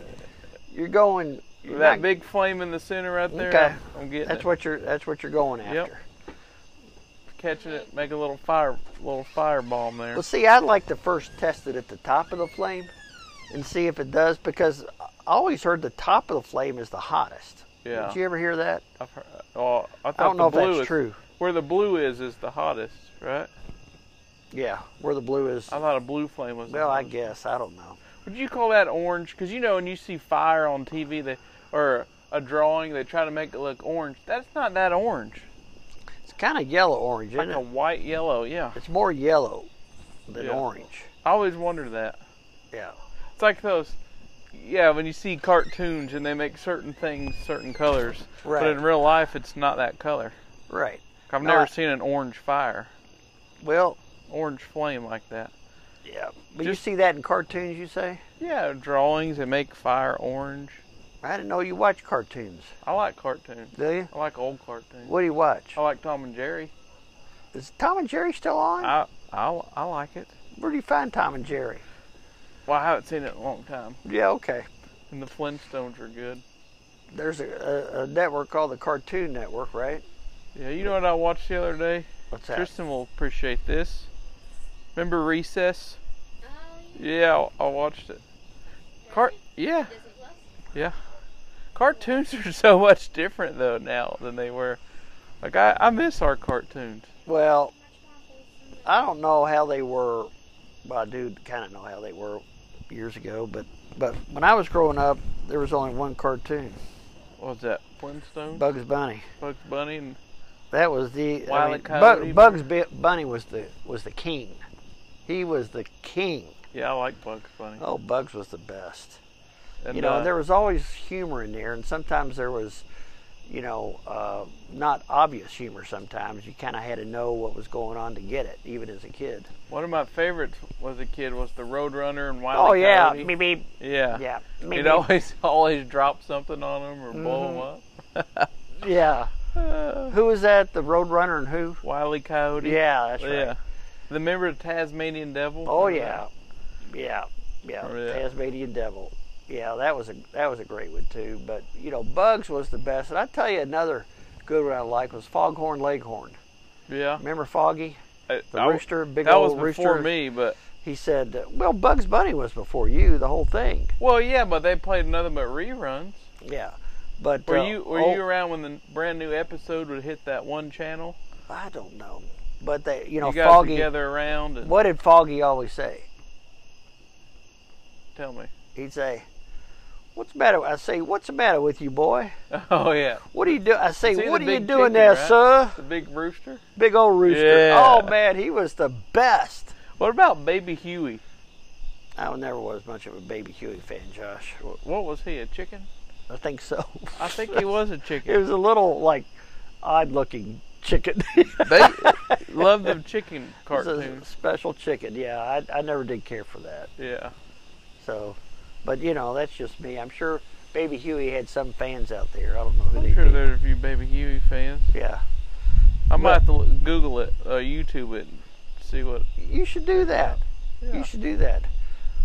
B: you're going [laughs] you're
A: that
B: not-
A: big flame in the center right there.
B: Okay.
A: I'm, I'm getting
B: That's
A: it.
B: what you're that's what you're going after.
A: Yep. Catching it. Make a little fire, little fire bomb there.
B: Well, see, I'd like to first test it at the top of the flame and see if it does because I always heard the top of the flame is the hottest.
A: Yeah.
B: Did you ever hear that?
A: I've heard, oh, I, thought
B: I don't
A: the
B: know if
A: blue
B: that's
A: is,
B: true.
A: Where the blue is is the hottest, right?
B: Yeah, where the blue is.
A: I thought a blue flame was. the
B: Well, I
A: hottest.
B: guess I don't know.
A: Would you call that orange? Because you know, when you see fire on TV, they or a drawing, they try to make it look orange. That's not that orange.
B: It's kind of yellow orange,
A: Like
B: isn't
A: a
B: it?
A: white yellow. Yeah,
B: It's more yellow than
A: Yeah.
B: orange.
A: I always wondered that.
B: Yeah.
A: It's like those. Yeah, when you see cartoons and they make certain things certain colors,
B: Right. Uh,
A: but in real life, it's not that color.
B: Right.
A: I've
B: No,
A: never
B: I-
A: seen an orange fire,
B: Well,
A: orange flame like that.
B: yeah. But
A: Just-
B: you see that in cartoons, you say?
A: Yeah, drawings that make fire orange.
B: I didn't know you watch cartoons.
A: I like cartoons.
B: Do you?
A: I like old cartoons.
B: What do you watch?
A: I like Tom and Jerry.
B: Is Tom and Jerry still on?
A: I I, I like it.
B: Where do you find Tom and Jerry?
A: Well, I haven't seen it in a long time.
B: Yeah, okay.
A: And the Flintstones are good.
B: There's a, a, a network called the Cartoon Network, right?
A: Yeah, you know what I watched the other day?
B: What's that?
A: Tristan will appreciate this. Remember Recess?
F: Oh, yeah.
A: Yeah, I, I watched it. Car- yeah,
F: Disney Plus.
A: yeah. Cartoons are [laughs] so much different though now than they were. Like I, I miss our cartoons.
B: Well, I don't know how they were. Well, I do kind of know how they were years ago, but but when I was growing up, there was only one cartoon,
A: What was that? Flintstones,
B: Bugs Bunny.
A: Bugs Bunny, and
B: That was the
A: Wile
B: I
A: E.
B: mean,
A: Coyote.
B: Bu- Bugs Bu- Bunny was the was the king. He was the king.
A: yeah, I like Bugs Bunny.
B: Oh, Bugs was the best.
A: And,
B: you know,
A: uh,
B: and there was always humor in there, and sometimes there was, you know, uh, not obvious humor. Sometimes you kind of had to know what was going on to get it, even as a kid.
A: One of my favorites was a kid was the Roadrunner and Wild.
B: Oh yeah, beep beep.
A: yeah,
B: Yeah,
A: He'd
B: beep, beep.
A: always [laughs] always drop something on him or blow
B: Mm-hmm.
A: him up. [laughs]
B: yeah.
A: Uh,
B: Who was that? The Roadrunner and who?
A: Wile E. Coyote.
B: Yeah, that's right.
A: yeah. The member of Tasmanian Devil.
B: Oh
A: Remember
B: yeah, yeah, yeah.
A: Remember that?
B: Tasmanian Devil. Yeah, that was a that was a great one too. But you know, Bugs was the best. And I tell you, another good one I liked was Foghorn Leghorn.
A: that? Yeah.
B: Remember Foggy?
A: I-
B: The
A: I-
B: rooster, big
A: that
B: old
A: was before
B: rooster.
A: me, but
B: He said, uh, "Well, Bugs Bunny was before you. The whole thing."
A: well, yeah, but they played nothing but reruns.
B: Yeah, but
A: Were
B: uh,
A: you were
B: oh,
A: you around when the brand new episode would hit that one channel?
B: I don't know, but they, you know,
A: you guys
B: Foggy.
A: would gather around and
B: What did Foggy always say?
A: tell me. [laughs]
B: He'd say, "What's the matter?" I say, "What's the matter with you, boy?"
A: Oh yeah.
B: What are you doing? I say,
A: See
B: what
A: the
B: are you
A: big
B: doing
A: chicken,
B: there,
A: right?
B: sir?
A: The big rooster.
B: Big old rooster.
A: Yeah.
B: Oh man, he was the best.
A: What about Baby Huey?
B: I never was much of a Baby Huey fan, Josh.
A: Wh- What was he? A chicken?
B: I think so.
A: I think he
B: [laughs]
A: was a
B: It
A: chicken.
B: was a little like odd-looking chicken. [laughs]
A: They love them chicken
B: It's a
A: cartoons.
B: special chicken. Yeah, I, I never did care for that.
A: Yeah.
B: So, but you know, that's just me. I'm sure Baby Huey had some fans out there. I don't know who
A: I'm
B: they
A: sure
B: did.
A: there's a few Baby Huey fans.
B: Yeah,
A: I might
B: But-
A: have to look- Google it, uh, YouTube it, and see what.
B: you should do that.
A: Yeah.
B: You should do that.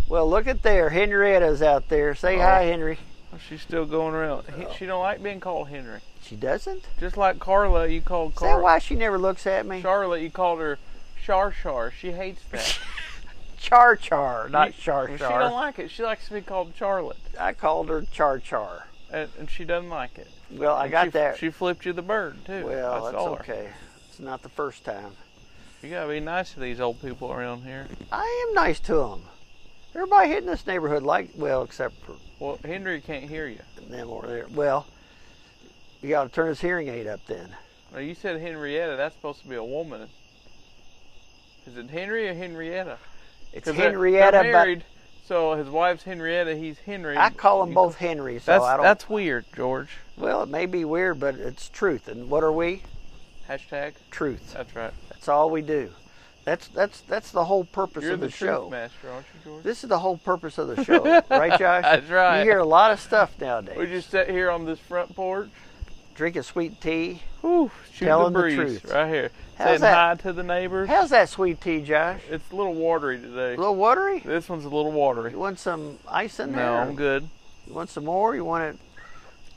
B: Well, look at there. Henrietta's out there. Say hi, Henry.
A: Oh, She's still going around. He, she don't like being called Henry.
B: She doesn't.
A: Just like Carla, you called
B: Is that
A: Carla.
B: why she never looks at me?
A: Charlotte, you called her Char Char. She hates that.
B: Char Char, [laughs] not
A: You-
B: Char
A: She don't
B: Char.
A: like it. She likes to be called Charlotte,
B: I called her Char Char.
A: and, and she doesn't like it.
B: Well, I
A: And
B: got
A: she,
B: that.
A: She flipped you the bird too.
B: well,
A: I
B: that's
A: saw her.
B: okay. It's not the first time.
A: You gotta be nice to these old people around here.
B: I am nice to them. Everybody in this neighborhood like well, except for
A: Well, Henry can't hear you.
B: them over there. Well, you got to turn his hearing aid up then.
A: Now, you said Henrietta. That's supposed to be a woman. Is it Henry or Henrietta?
B: It's
A: 'Cause they're-
B: Henrietta.
A: They're married, so his wife's Henrietta. He's Henry.
B: but I call them
A: You-
B: both Henry, so
A: That's
B: I don't.
A: that's weird, George.
B: well, it may be weird, but it's truth. And what are we?
A: Hashtag.
B: Truth.
A: That's right.
B: That's all we do. That's that's that's the whole purpose
A: You're
B: of
A: the,
B: the, show.
A: truth master, aren't you, George?
B: This is the whole purpose of the show,
A: [laughs]
B: right, Josh?
A: That's right.
B: You hear a lot of stuff nowadays.
A: We just sat here on this front porch.
B: drinking sweet tea.
A: Whew, shoot
B: Telling
A: the
B: the
A: breeze
B: truth.
A: right here.
B: How's
A: Saying
B: that?
A: hi to the neighbors.
B: How's that sweet tea, Josh?
A: It's a little watery today.
B: A little watery?
A: This one's a little
B: You
A: watery.
B: want some ice in there?
A: No, I'm good.
B: You want some more? You want it?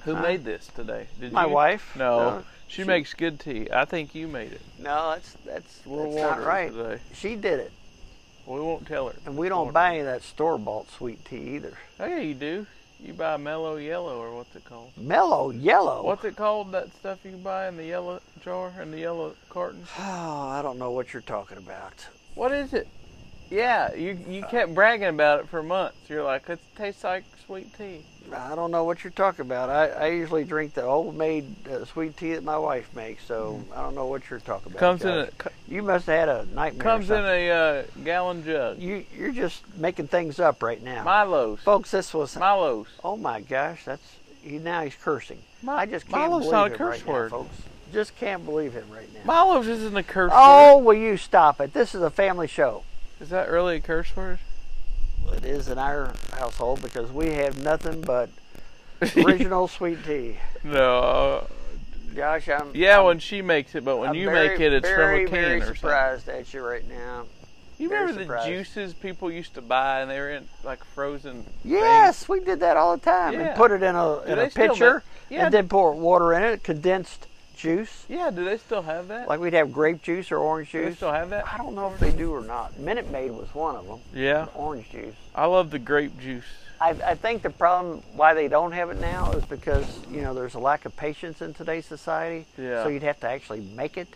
A: Who made this today? Did
B: My
A: you?
B: wife?
A: No,
B: No,
A: she,
B: she-
A: makes good tea. I think you made it.
B: No, that's that's,
A: A little
B: that's not
A: watery
B: right.
A: today.
B: She did it,
A: We won't tell her.
B: and we don't buy any of that store bought sweet tea either.
A: Oh yeah, you do. You buy mellow yellow or what's it called?
B: Mellow yellow.
A: What's it called? That stuff you buy in the yellow jar and the yellow carton.
B: Oh, [sighs] I don't know what you're talking about.
A: What is it? Yeah, you you
B: Uh,
A: kept bragging about it for months. You're like, it tastes like sweet tea.
B: I don't know what you're talking about. I, I usually drink the old made uh, sweet tea that my wife makes, so I don't know what you're talking
A: Hmm.
B: about.
A: Comes in
B: Josh.
A: a co-
B: You must have had a nightmare. or
A: comes in
B: something.
A: a uh, gallon jug.
B: You you're just making things up right now,
A: Milo's.
B: folks. This was.
A: Milo's.
B: oh my gosh, that's he now he's cursing.
A: Mi-
B: I just can't
A: Milo's
B: believe
A: not a
B: him
A: curse
B: right now,
A: word.
B: folks. Just can't believe him right now.
A: Milo's isn't a curse
B: Oh, will you stop it? This is a family show.
A: word. Is that really a curse word?
B: It is in our household because we have nothing [laughs] but original sweet tea.
A: No. uh,
B: Josh, I'm
A: yeah,
B: I'm,
A: when she makes it, but when
B: I'm
A: you
B: very,
A: make it, it's
B: very,
A: from a can
B: very
A: or something.
B: surprised at you right now.
A: You
B: very
A: remember
B: surprised.
A: the juices people used to buy, and they were in like frozen.
B: Yes, we did that all the time
A: Yeah.
B: and put it in a in
A: they
B: a
A: still
B: pitcher
A: make- yeah.
B: and then pour water in it, condensed juice,
A: things. Yeah, do they still have that?
B: like we'd have grape juice or orange
A: do they
B: juice.
A: still have that?
B: I don't know if they do or not. Minute Maid was one of them.
A: Yeah,
B: Orange juice.
A: I love the grape juice.
B: I, I think the problem why they don't have it now is because you know there's a lack of patience in today's society.
A: Yeah.
B: So you'd have to actually make it.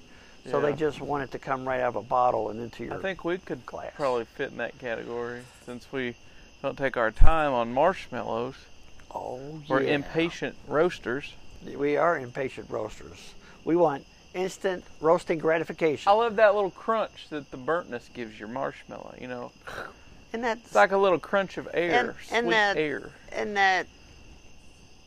B: So
A: Yeah.
B: they just want it to come right out of a bottle and into your.
A: I think we could
B: glass.
A: probably fit in that category since we don't take our time on marshmallows.
B: Oh
A: We're
B: yeah.
A: impatient roasters.
B: We are impatient roasters. We want instant roasting gratification.
A: I love that little crunch that the burntness gives your marshmallow. You know,
B: and that's
A: it's like a little crunch of air,
B: And- and
A: sweet
B: that-
A: air.
B: and that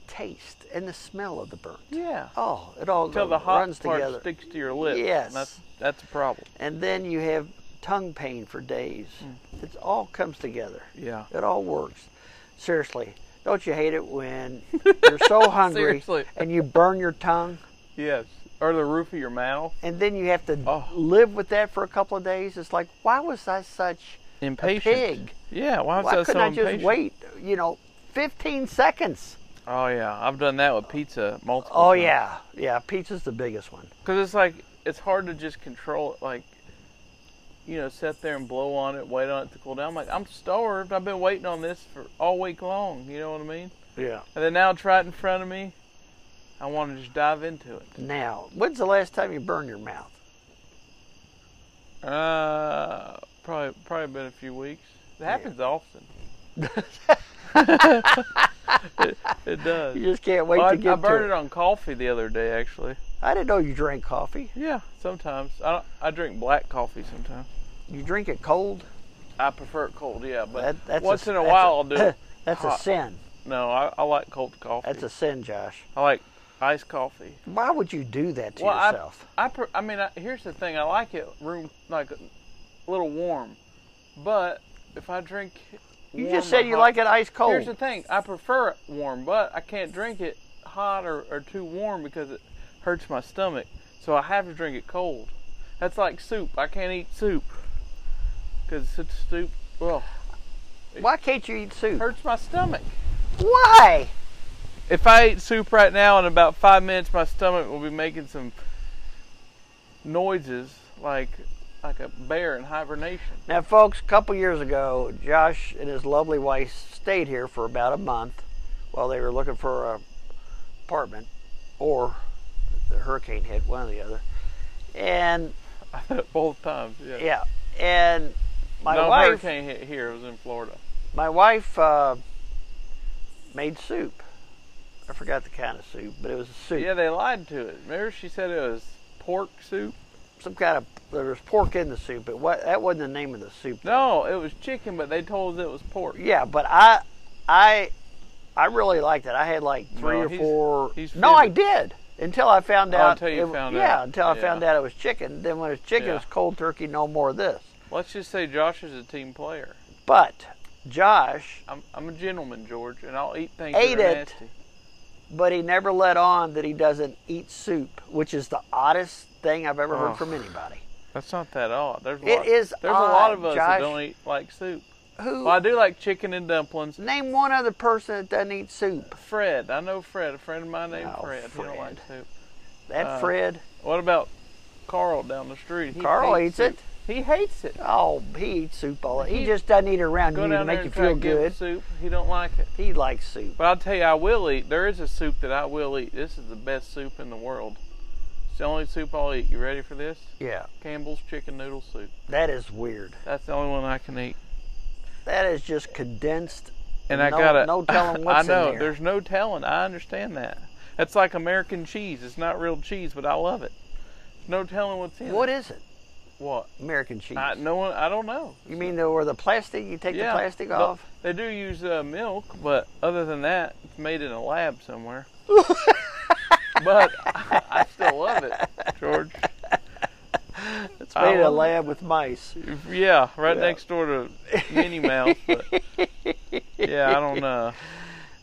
B: taste and the smell of the burnt.
A: Yeah.
B: Oh, it all
A: Until
B: go-
A: the hot
B: runs
A: part
B: together.
A: sticks to your lips. and
B: Yes.
A: that's that's a problem.
B: And then you have tongue pain for days.
A: Mm.
B: It all comes together.
A: Yeah.
B: It all works. Seriously, don't you hate it when you're
A: [laughs]
B: so hungry
A: Seriously.
B: and you burn your tongue
A: Yes. Or the roof of your mouth.
B: and then you have to
A: Oh.
B: live with that for a couple of days? It's like, why was I such
A: Impatient.
B: a pig?
A: Yeah. Why was
B: Why
A: that
B: couldn't
A: so
B: I just
A: impatient?
B: wait, you know, 15 seconds?
A: Oh yeah, I've done that with pizza multiple.
B: Oh, yeah. Yeah, pizza's the biggest one.
A: Because it's like it's hard to just control it. Like, you know, sit there and blow on it, wait on it to cool down. I'm like, I'm starved. I've been waiting on this for all week long. You know what I mean?
B: Yeah.
A: And then now it's right in front of me. I want to just dive into it.
B: Now, when's the last time you burned your mouth?
A: Uh, probably probably been a few weeks. It happens
B: [laughs]
A: often. it, it does.
B: You just can't wait
A: Well, I,
B: to get
A: I burned
B: to
A: it.
B: it.
A: on coffee the other day, actually.
B: I didn't know you drank coffee.
A: Yeah, sometimes I don't, I drink black coffee sometimes.
B: You drink it cold?
A: I prefer it cold, yeah. But
B: That- that's
A: once in a
B: that's
A: while, I'll do it.
B: [laughs] That's a
A: hot.
B: sin.
A: No, I, I like cold coffee.
B: That's a sin, Josh.
A: I like iced coffee.
B: Why would you do that to
A: Well, I-
B: yourself?
A: I, per, I mean, I, here's the thing. I like it room like a little warm, but if I drink,
B: you
A: warm
B: just said
A: or
B: you
A: hot-
B: like it ice cold.
A: Here's the thing. I prefer it warm, but I can't drink it hot or, or too warm because it hurts my stomach. So I have to drink it cold. That's like soup. I can't eat soup because soup well
B: Why can't you eat soup?
A: hurts my stomach.
B: Why?
A: If I eat soup right now, in about five minutes, my stomach will be making some noises like like a bear in hibernation. [laughs]
B: Now, folks, a couple years ago, Josh and his lovely wife stayed here for about a month while they were looking for a apartment, or the hurricane hit, one or the other. And
A: Both times, yeah.
B: yeah, and my
A: no
B: wife,
A: hurricane hit here. It was in Florida.
B: my wife uh, made soup. I forgot the kind of soup, but it was a soup.
A: Yeah, they lied to it. Remember, she said it was pork soup.
B: Some kind of there was pork in the soup, but what that wasn't the name of the soup.
A: No, it was chicken, but they told us it was pork.
B: Yeah, but I, I, I really liked it. I had like three
A: No,
B: or
A: he's-
B: four.
A: he's
B: no, I
A: fibbing.
B: did until I found
A: Oh,
B: out.
A: until you
B: it-
A: found
B: yeah,
A: out.
B: until I
A: Yeah.
B: found out it was chicken. Then when it's chicken,
A: Yeah.
B: it's cold turkey. No more of this.
A: Let's just say Josh is a team player.
B: But Josh,
A: I'm, I'm a gentleman, George, and I'll eat things
B: Ate
A: that are
B: it.
A: nasty.
B: but he never let on that he doesn't eat soup, which is the oddest thing I've ever
A: Oh.
B: heard from anybody.
A: That's not that odd. There's a
B: It
A: lot,
B: is
A: There's a lot
B: odd,
A: of us
B: Josh.
A: that don't eat like soup.
B: Who?
A: Well, I do like chicken and dumplings.
B: Name one other person that doesn't eat soup.
A: Fred, I know Fred. A friend of mine named
B: Oh,
A: Fred. He don't like soup.
B: That
A: Uh,
B: Fred.
A: What about Carl down the street? He
B: Carl eats
A: soup.
B: it.
A: He hates it.
B: Oh, he eats soup all. He,
A: He-
B: just doesn't eat it around
A: Go
B: you to
A: down
B: make
A: there
B: you
A: and try
B: feel
A: to give him
B: good.
A: soup. He don't like it.
B: He likes soup.
A: But I'll tell you, I will eat. There is a soup that I will eat. This is the best soup in the world. It's the only soup I'll eat. You ready for this?
B: Yeah,
A: Campbell's chicken noodle soup.
B: that is weird.
A: That's the only one I can eat.
B: That is just condensed.
A: And I
B: No-
A: gotta. [laughs]
B: no telling what's in
A: I know.
B: there.
A: There's no telling. I understand that. That's like American cheese. It's not real cheese, but I love it. There's no telling what's in
B: What
A: it.
B: is it?
A: What?
B: American cheese.
A: I, no one. I don't know.
B: You mean the, where the plastic? You take the plastic
A: the-
B: off?
A: They do use uh, milk, but other than that, it's made in a lab
B: [laughs]
A: somewhere. but I, I still love it, George.
B: It's made in a
A: love it.
B: lab with mice.
A: Yeah, right
B: Yeah.
A: next door to Minnie Mouse. But yeah, I don't know.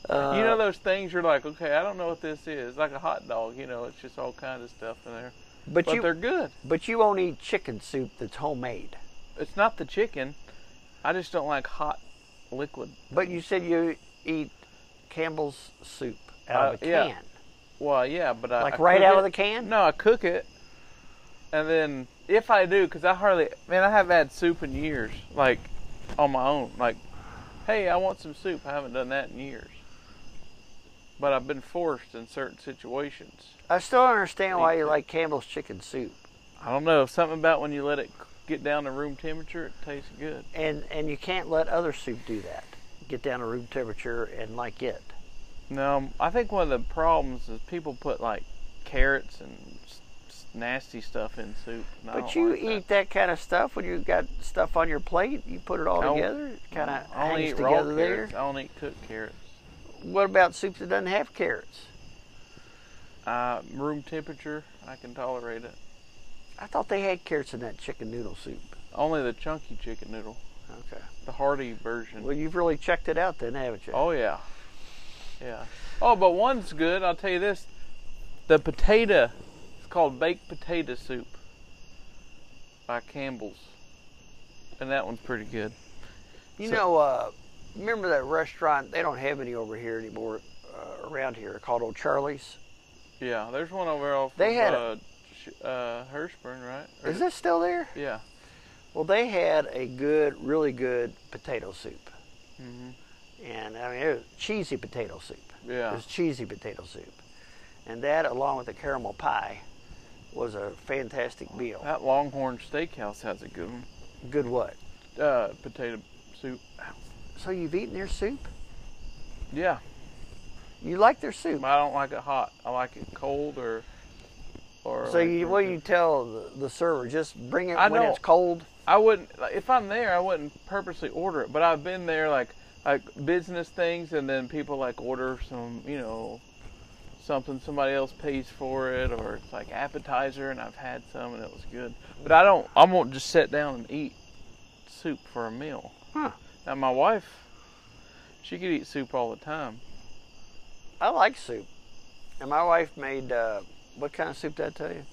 A: you
B: Uh,
A: know those things you're like, okay, I don't know what this is. Like a hot dog, you know, it's just all kinds of stuff in there.
B: But,
A: But they're
B: you
A: good.
B: but you won't eat chicken soup that's homemade.
A: It's not the chicken. I just don't like hot liquid.
B: But you said you eat Campbell's soup out of
A: Uh,
B: a
A: yeah.
B: can.
A: Well, yeah, but I
B: Like
A: I
B: right
A: cook
B: out of
A: it.
B: the can?
A: No, I cook it, and then if I do, because I hardly man, I haven't had soup in years, like on my own. Like, hey, I want some soup. I haven't done that in years, but I've been forced in certain situations.
B: I still don't understand why you
A: Eat it.
B: like Campbell's chicken soup.
A: I don't know something about when you let it get down to room temperature, it tastes good.
B: And and you can't let other soup do that. Get down to room temperature and like it.
A: No, I think one of the problems is people put like carrots and s- s- nasty stuff in soup. and I
B: But
A: don't
B: you
A: like that.
B: eat that. kind of stuff when you got stuff on your plate. You put it all
A: I don't-
B: together. It kind of
A: I don't
B: hangs
A: eat raw
B: together there.
A: carrots. I don't eat cooked carrots.
B: What about soup that doesn't have carrots?
A: Uh, room temperature, I can tolerate it.
B: I thought they had carrots in that chicken noodle soup.
A: Only the chunky chicken noodle,
B: Okay.
A: the hearty version.
B: Well, you've really checked it out then, haven't you?
A: Oh yeah, yeah. Oh, but one's good. I'll tell you this: the potato. It's called baked potato soup by Campbell's, and that one's pretty good.
B: you
A: so-
B: know, uh, remember that restaurant? They don't have any over here anymore, uh, around here, called Old Charlie's.
A: Yeah, there's one over off.
B: They
A: of,
B: had a-
A: uh, Sh- uh, Hirschburn, right? Or-
B: Is this still there?
A: Yeah.
B: Well, they had a good, really good potato soup.
A: Mm-hmm.
B: And I mean, it was cheesy potato soup.
A: Yeah.
B: It was cheesy potato soup. And that, along with the caramel pie, was a fantastic meal.
A: That Longhorn Steakhouse has a good one.
B: Good what?
A: Uh, potato soup.
B: So you've eaten their soup?
A: Yeah.
B: You like their soup?
A: But I don't like it hot. I like it cold or or.
B: So
A: like
B: you,
A: room
B: what do
A: temp-
B: you tell the, the server? Just bring it
A: I
B: when
A: know.
B: it's cold.
A: I wouldn't like, if I'm there. I wouldn't purposely order it, but I've been there like like business things, and then people like order some you know something somebody else pays for it, or it's like appetizer, and I've had some and it was good. But I don't. I won't just sit down and eat soup for a meal.
B: Huh.
A: Now my wife, she could eat soup all the time.
B: I like soup. And my wife made uh, what kind of soup did I tell you?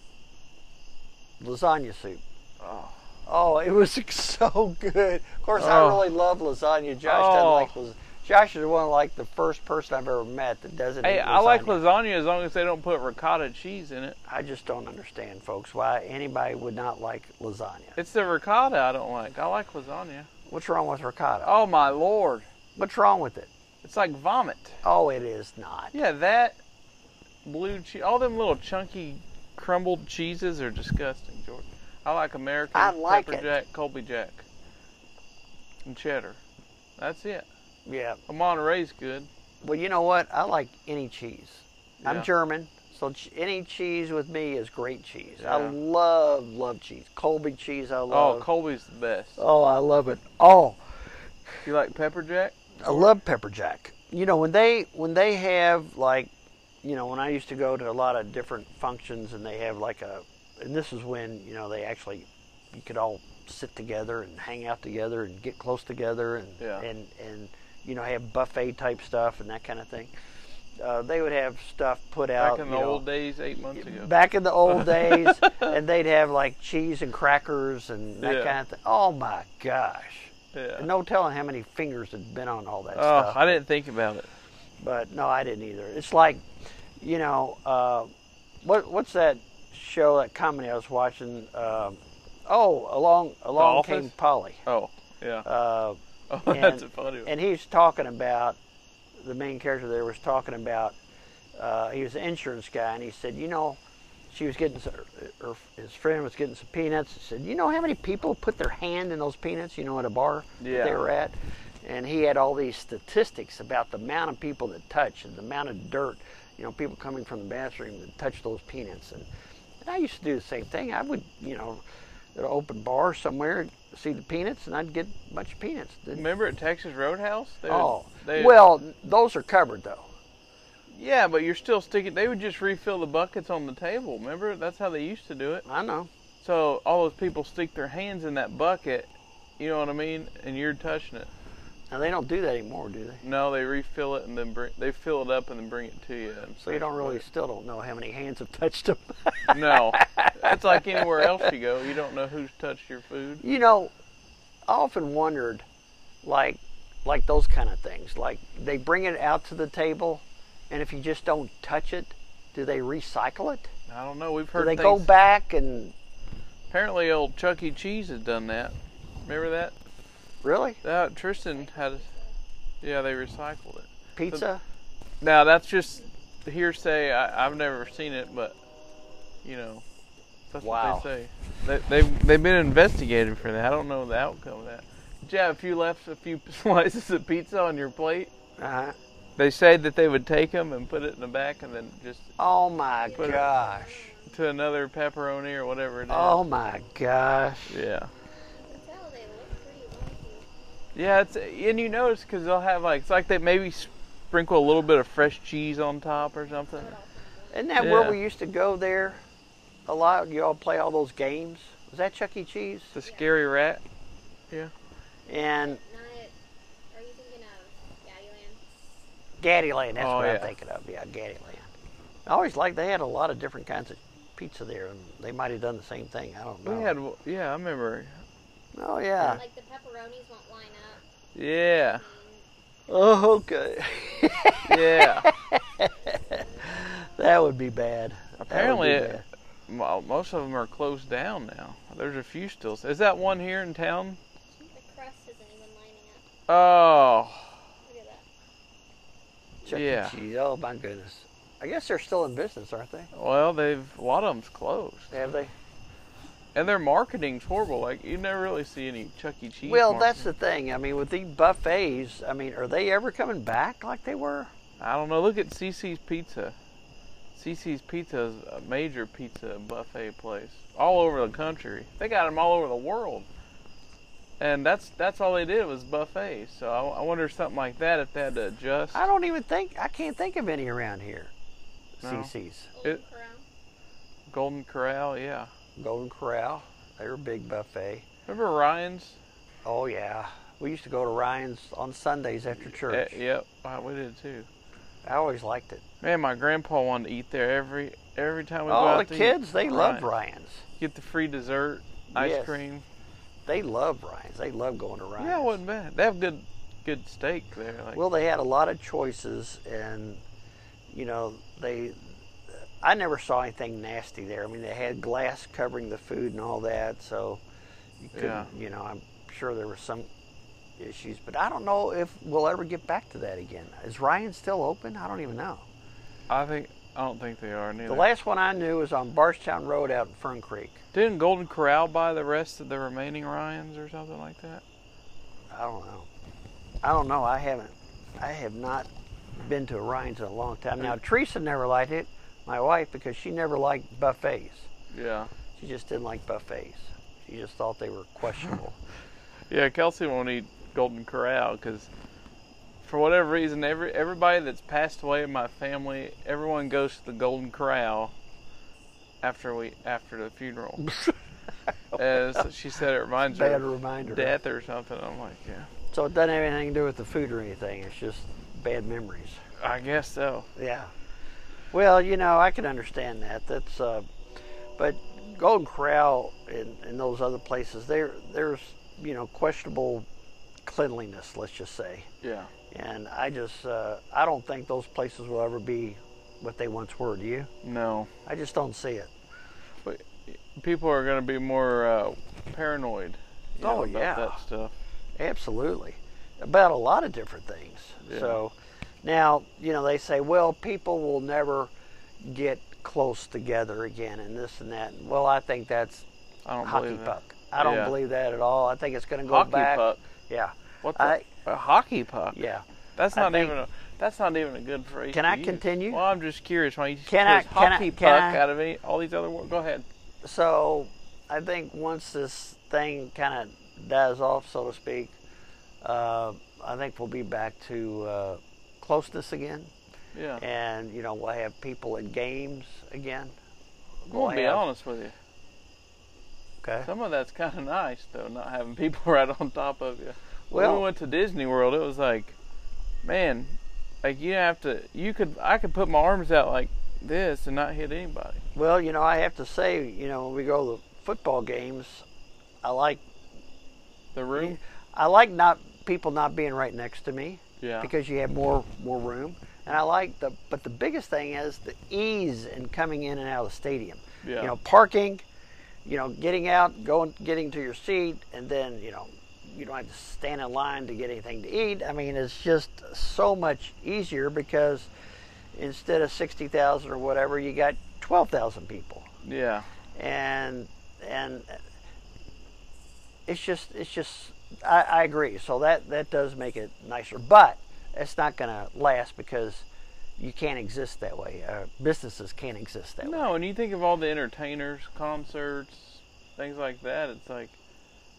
B: Lasagna soup.
A: Oh.
B: Oh, it was [laughs] so good. Of course,
A: Oh.
B: I really love lasagna. Josh doesn't
A: Oh.
B: like lasagna. Josh is one of like the first person I've ever met that doesn't.
A: Hey,
B: eat
A: I like
B: lasagna.
A: lasagna as long as they don't put ricotta cheese in it.
B: I just don't understand, folks, why anybody would not like lasagna.
A: It's the ricotta I don't like. I like lasagna.
B: What's wrong with ricotta?
A: Oh my lord.
B: What's wrong with it?
A: It's like vomit.
B: Oh, it is not.
A: Yeah, that blue cheese, all them little chunky crumbled cheeses are disgusting, George. I like American
B: I like
A: pepper
B: it.
A: jack, Colby jack, and cheddar. That's it.
B: Yeah.
A: A Monterey's good.
B: Well, you know what? I like any cheese.
A: Yeah.
B: I'm German, so ch- any cheese with me is great cheese. I
A: Yeah.
B: love love cheese. Colby cheese, I
A: Oh,
B: love.
A: Colby's the best.
B: oh, I love it. Oh,
A: You like pepper jack?
B: I love pepper jack. You know when they when they have like, you know when I used to go to a lot of different functions and they have like a, and this is when you know they actually, you could all sit together and hang out together and get close together and
A: Yeah.
B: and and you know have buffet type stuff and that kind of thing. Uh, they would have stuff put out
A: Back in
B: you
A: the
B: know,
A: old days, eight months ago.
B: back in
A: [laughs]
B: the old days, and they'd have like cheese and crackers and that
A: Yeah.
B: kind of thing. Oh my gosh!
A: yeah.
B: No telling how many fingers had been on all that
A: oh,
B: stuff.
A: I didn't think about it.
B: But no, I didn't either. It's like, you know, uh, what what's that show that comedy I was watching? Um oh, along along
A: Office?
B: came Polly.
A: Oh, yeah.
B: Uh,
A: [laughs] oh,
B: and-
A: that's a funny one.
B: and he's talking about the main character there was talking about uh, he was an insurance guy and he said you know she was getting s- her, his friend was getting some peanuts he said you know how many people put their hand in those peanuts you know at a bar that
A: Yeah.
B: they were at and he had all these statistics about the amount of people that touch and the amount of dirt you know people coming from the bathroom that touch those peanuts and, and i used to do the same thing i would you know at an open bar somewhere see the peanuts and i'd get a bunch of peanuts Didn't-
A: Remember at Texas Roadhouse? They would-
B: Oh,
A: they-
B: well, those are covered though.
A: Yeah, but you're still sticking. They would just refill the buckets on the table. Remember, that's how they used to do it.
B: I know.
A: So all those people stick their hands in that bucket. You know what I mean? And you're touching it.
B: Now they don't do that anymore, do they?
A: No, they refill it and then bring. They fill it up and then bring it to you. and
B: [laughs] So you don't really still don't know how many hands have touched [laughs] them.
A: No, it's like anywhere else you go. You don't know who's touched your food.
B: you know, I often wondered, like, like those kind of things. Like they bring it out to the table, and if you just don't touch it, do they recycle it?
A: I don't know. We've
B: Do
A: heard
B: they
A: things.
B: go back and
A: Apparently, old Chuck E. Cheese has done that. Remember that?
B: really
A: Uh, Tristan had. a- Yeah, they recycled it.
B: pizza?
A: Now that's just hearsay. I, I've never seen it, but you know, that's
B: Wow.
A: what they say. They, they they've been investigated for that. I don't know the outcome of that. But yeah, if you left a few [laughs] slices of pizza on your plate,
B: Uh-huh.
A: they said that they would take them and put it in the back, and then just
B: Oh my
A: it-
B: gosh!
A: to another pepperoni or whatever it is.
B: Oh my gosh!
A: Yeah.
F: can tell they look pretty lumpy.
A: Yeah, it's and you notice because they'll have like it's like they maybe sprinkle a little bit of fresh cheese on top or something.
B: Isn't that where
A: Yeah.
B: we used to go there a lot? You all play all those games. Was that Chuck E. Cheese?
A: The scary rat.
B: And
F: Not. Are you thinking of Daddyland?
B: Gaddyland, that's
A: Oh,
B: what I'm
A: yeah.
B: thinking of. Yeah, Gaddyland. I always liked they had a lot of different kinds of pizza there, and they might have done the same thing. I don't
A: We
B: know.
A: had yeah, I remember.
B: oh, yeah.
F: Like the pepperonis won't line
B: [laughs]
F: up.
A: Yeah.
B: Oh, okay.
A: Yeah.
B: [laughs] that would be bad. That would be
A: Apparently, uh,
B: bad.
A: it, well, most of them are closed down now. There's a few still. Is that one here in town?
F: The crust isn't even lining up.
A: Oh,
F: Look at that.
B: Chuck
A: yeah.
B: E. Cheese. Oh, my goodness. I guess they're still in business, aren't they?
A: well, they've a lot of them's closed,
B: Have they?
A: and their marketing's horrible. Like you never really see any Chuck E. Cheese.
B: Well,
A: marketing.
B: that's the thing. I mean, with these buffets, I mean, are they ever coming back like they were?
A: I don't know. Look at CC's Pizza. CC's Pizza is a major pizza buffet place all over the country. They got them all over the world. and that's that's all they did was buffets. So I, I wonder if something like that if they had to adjust.
B: I don't even think I can't think of any around here.
A: No.
B: CC's
F: Golden
A: It-
F: Corral.
A: Golden Corral, yeah.
B: Golden Corral, they were a big buffet.
A: Remember Ryan's?
B: Oh yeah, we used to go to Ryan's on Sundays after church.
A: Eh, yep, wow, we did too.
B: I always liked it.
A: Man, my grandpa wanted to eat there every every time we go
B: Oh,
A: out to
B: the
A: eat.
B: kids, they loved
A: Ryan's.
B: Ryan's.
A: Get the free dessert, ice
B: Yes.
A: cream.
B: They loved Ryan's. They loved going to Ryan's.
A: Yeah, it wasn't bad. They have good good steak there. Like
B: Well, they had a lot of choices, and you know they. I never saw anything nasty there. I mean, they had glass covering the food and all that, so you couldn't.
A: Yeah.
B: You know, I'm sure there were some issues, but I don't know if we'll ever get back to that again. Is Ryan still open? I don't even know.
A: I think I don't think they are neither.
B: The last one I knew was on Barstown Road out in Fern Creek.
A: Didn't Golden Corral buy the rest of the remaining Ryans or something like that?
B: I don't know. I don't know. I haven't. I have not been to Orion's in a long time. Now Teresa never liked it, my wife, because she never liked buffets.
A: Yeah.
B: She just didn't like buffets. She just thought they were questionable.
A: Yeah, Kelsey won't eat Golden Corral because, for whatever reason, every everybody that's passed away in my family, everyone goes to the Golden Corral after we after the
B: [laughs]
A: funeral. As she said, it reminds
B: Bad
A: her
B: reminder.
A: of death or something. I'm like, yeah,
B: So it doesn't have anything to do with the food or anything. It's just bad memories.
A: I guess so.
B: Yeah. Well, you know, I can understand that. That's, uh, but Golden Corral and, and those other places, there there's you know questionable cleanliness. Let's just say.
A: Yeah.
B: And I just, uh, I don't think those places will ever be what they once were. Do you?
A: No,
B: I just don't see it.
A: but people are gonna be more uh, paranoid. you know,
B: Oh,
A: about
B: yeah.
A: that stuff.
B: Absolutely. About a lot of different things.
A: Yeah.
B: So now, you know, they say, well, people will never get close together again and this and that. Well, I think that's
A: I don't
B: hockey
A: believe that.
B: puck. I don't
A: Yeah.
B: believe that at all. I think it's going to go
A: Hockey
B: back.
A: puck.
B: Yeah.
A: What the?
B: I-
A: a hockey puck.
B: Yeah.
A: That's
B: I
A: not
B: think-
A: even a that's not even a good phrase.
B: Can
A: to
B: I
A: use.
B: continue?
A: Well, I'm just curious why you just
B: Can I-
A: chose
B: can I-
A: hockey
B: can
A: puck
B: I-
A: out of any, all these other words. Go ahead.
B: So I think once this thing kind of dies off, so to speak, uh, I think we'll be back to uh, closeness again.
A: Yeah.
B: And, you know, we'll have people at games again.
A: I'm
B: We'll
A: gonna be
B: have-
A: honest with you.
B: Okay.
A: Some of that's kind of nice though, not having [laughs] people right on top of you. when
B: Well-
A: we went to Disney World, it was like, man, like you have to, you could, I could put my arms out like this and not hit anybody.
B: Well, you know, I have to say, you know, when we go to football games, I like
A: The room.
B: I like not people not being right next to me
A: Yeah.
B: because you have more more room. And I like the but the biggest thing is the ease in coming in and out of the stadium.
A: Yeah.
B: You know, parking, you know, getting out, going getting to your seat and then, you know, you don't have to stand in line to get anything to eat. I mean, it's just so much easier because instead of 60,000 or whatever, you got 12,000 people
A: Yeah.
B: and and it's just it's just I, I agree. So that that does make it nicer, but it's not going to last because you can't exist that way. Uh, businesses can't exist that way.
A: No, and you think of all the entertainers, concerts, things like that. It's like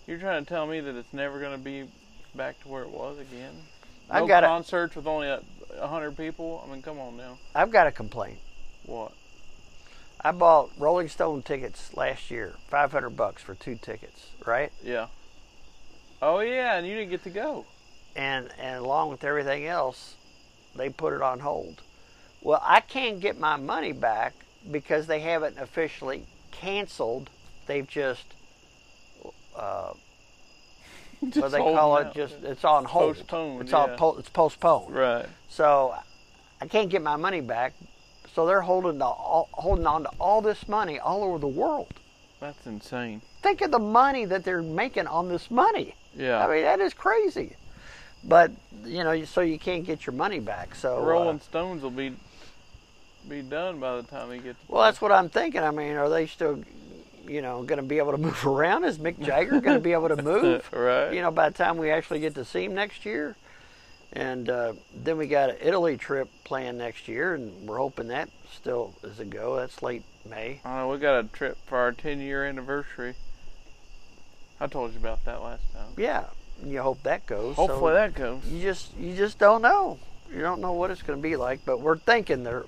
A: you're trying to tell me that it's never going to be back to where it was again.
B: I've
A: No
B: got a-
A: concerts with only a a hundred people. I mean, come on now.
B: I've got a complaint.
A: What?
B: I bought Rolling Stone tickets last year, five hundred bucks for two tickets, right?
A: Yeah. Oh yeah, and you didn't get to go. [laughs]
B: And and along with everything else, they put it on hold. Well, I can't get my money back because they haven't officially canceled. They've just what
A: Just
B: they
A: holding
B: call it
A: out.
B: just it's on hold.
A: Postponed,
B: It's on
A: yeah.
B: po- it's postponed.
A: right.
B: So I can't get my money back. So they're holding the, all, holding on to all this money all over the world.
A: That's insane.
B: Think of the money that they're making on this money.
A: Yeah.
B: I mean that is crazy. But you know, so you can't get your money back. So uh,
A: Rolling Stones will be be done by the time he gets.
B: well, that's what I'm thinking. I mean, are they still, you know, going to be able to [laughs] move around? Is Mick Jagger going to be able to move?
A: [laughs] Right.
B: you know, by the time we actually get to see him next year. And uh, then we got an Italy trip planned next year, and we're hoping that still is a go. That's late May.
A: I know we got a trip for our 10 year anniversary. I told you about that last time.
B: Yeah, and you hope that goes. So
A: Hopefully that goes.
B: you just you just don't know. You don't know what it's going to be like, but we're thinking they're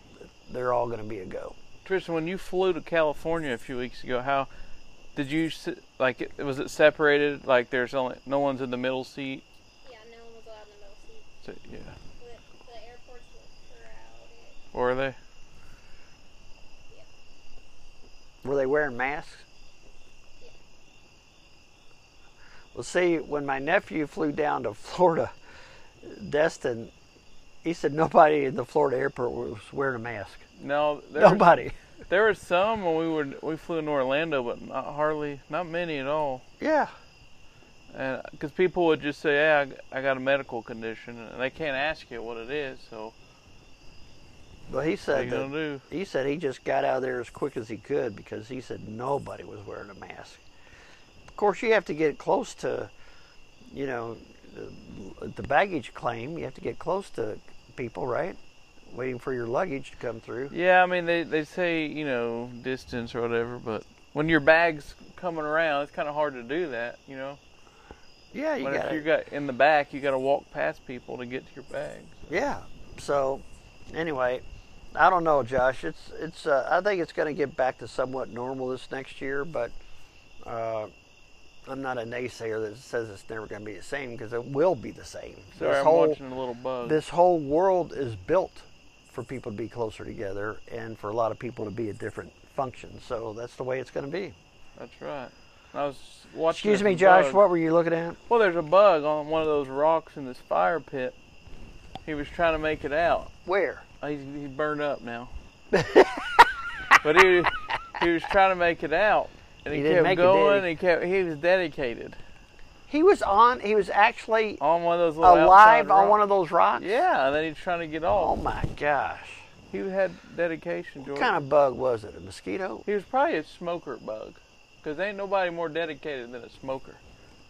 B: they're all going to be a go.
A: Tristan, when you flew to California a few weeks ago, how did you s- like? it- Was it separated? Like there's only no one's in the middle seat.
F: Yeah, no one was allowed in the middle seat.
A: So, yeah,
F: But the airports were crowded.
A: were they?
B: Were they wearing masks? Well, see, when my nephew flew down to Florida, Destin, he said nobody in the Florida airport was wearing a mask.
A: No, there was-
B: Nobody.
A: There were some when we were we flew into Orlando, but not hardly, not many at all.
B: Yeah.
A: And because people would just say, "Yeah, I, I got a medical condition," and they can't ask you what it is, so
B: Well, he
A: what are
B: said
A: you
B: that,
A: gonna do?
B: he said he just got out of there as quick as he could because he said nobody was wearing a mask. Of course, you have to get close to, you know, the- the baggage claim. You have to get close to people, right? Waiting for your luggage to come through.
A: Yeah, I mean they they say you know distance or whatever, but when your bag's coming around, it's kind of hard to do that, you know.
B: Yeah, you
A: But if
B: got
A: you got in the back, you got to walk past people to get to your bags.
B: Yeah. So, anyway, I don't know, Josh. It's it's. Uh, I think it's going to get back to somewhat normal this next year, but uh, I'm not a naysayer that says it's never going to be the same because it will be the same.
A: Sorry,
B: this
A: I'm
B: whole
A: watching a little bug.
B: this whole world is built for people to be closer together and for a lot of people to be at different functions. So that's the way it's going to be.
A: That's right. I was watching.
B: Excuse
A: this
B: me, Josh.
A: bug.
B: What were you looking at?
A: Well, there's a bug on one of those rocks in this fire pit. He was trying to make it out. Uh,
B: Where?
A: He's, he's burned up
B: [laughs]
A: now. but he he was trying to make it out, and he,
B: He didn't
A: kept
B: make it, did
A: going.
B: he?
A: He kept he was dedicated
B: He was on. He was actually
A: on one of those little outside
B: alive on
A: rocks.
B: one of those rocks.
A: Yeah, and then he's trying to get
B: Oh
A: off.
B: my gosh.
A: He had dedication, George.
B: What kind of bug was it? A mosquito?
A: He was probably a smoker bug, because ain't nobody more dedicated than a smoker.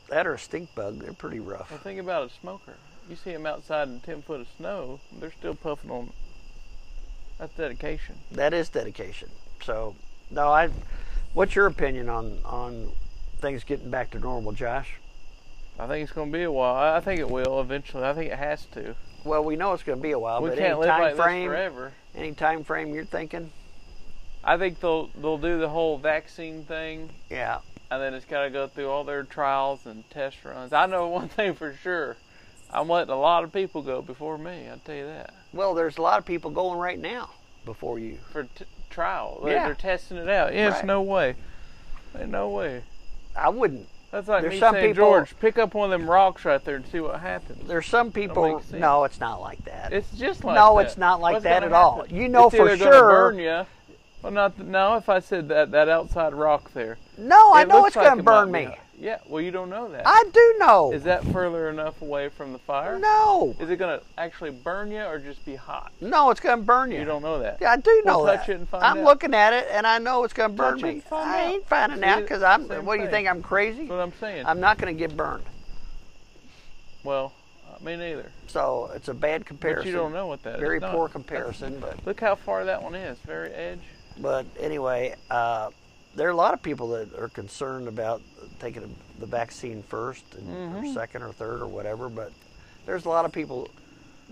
B: That or a stink bug? They're pretty
A: Well,
B: rough.
A: think about a smoker. You see them outside in ten foot of snow, they're still puffing on. That's dedication.
B: That is dedication. So, no, I. What's your opinion on on things getting back to normal, Josh?
A: I think it's going to be a while. I- I think it will eventually. I think it has to.
B: Well, we know it's going to be a while,
A: we
B: but
A: can't
B: any
A: live
B: time
A: like
B: frame,
A: this forever.
B: any time frame you're thinking?
A: I think they'll they'll do the whole vaccine thing,
B: Yeah,
A: and then it's got to go through all their trials and test runs. I know [laughs] one thing for sure. I'm letting a lot of people go before me. I tell you that
B: Well, there's a lot of people going right now before you.
A: for t- trial. They're,
B: Yeah.
A: they're testing it out. Yeah, it's
B: Right.
A: no way. Ain't no way.
B: I wouldn't.
A: That's like
B: There's
A: me
B: some
A: saying,
B: people-
A: George, pick up one of them rocks right there and see what happens.
B: There's some people.
A: makes sense.
B: No, it's not like that.
A: It's just like
B: No,
A: that.
B: it's not like
A: What's
B: that
A: gonna
B: at all.
A: happen?
B: You know
A: it's
B: for
A: either gonna
B: sure-
A: burn ya- Well, not th- no. If I said that that outside rock there,
B: no, I
A: It
B: know
A: looks
B: it's
A: like
B: going
A: it
B: to burn
A: might
B: me.
A: be. Yeah, well, you don't know that.
B: I do know.
A: Is that further enough away from the fire?
B: no,
A: Is it gonna actually burn you or just be hot?
B: no, it's going to burn you.
A: You don't know that.
B: Yeah, I do
A: We'll
B: know
A: touch
B: that.
A: it and find
B: I'm
A: out.
B: looking at it, and I know it's going to burn
A: Touch it
B: me.
A: and find
B: I
A: out.
B: ain't finding
A: See,
B: out because I'm.
A: same
B: What do you
A: thing.
B: think? I'm crazy.
A: That's what I'm saying.
B: I'm not going to get burned.
A: well, uh, me neither.
B: So it's a bad comparison.
A: But you don't know what that is.
B: Very
A: No.
B: poor comparison, but
A: Look how far that one is. Very edge.
B: but anyway, uh, there are a lot of people that are concerned about taking the vaccine first, and,
A: Mm-hmm.
B: or second, or third, or whatever. But there's a lot of people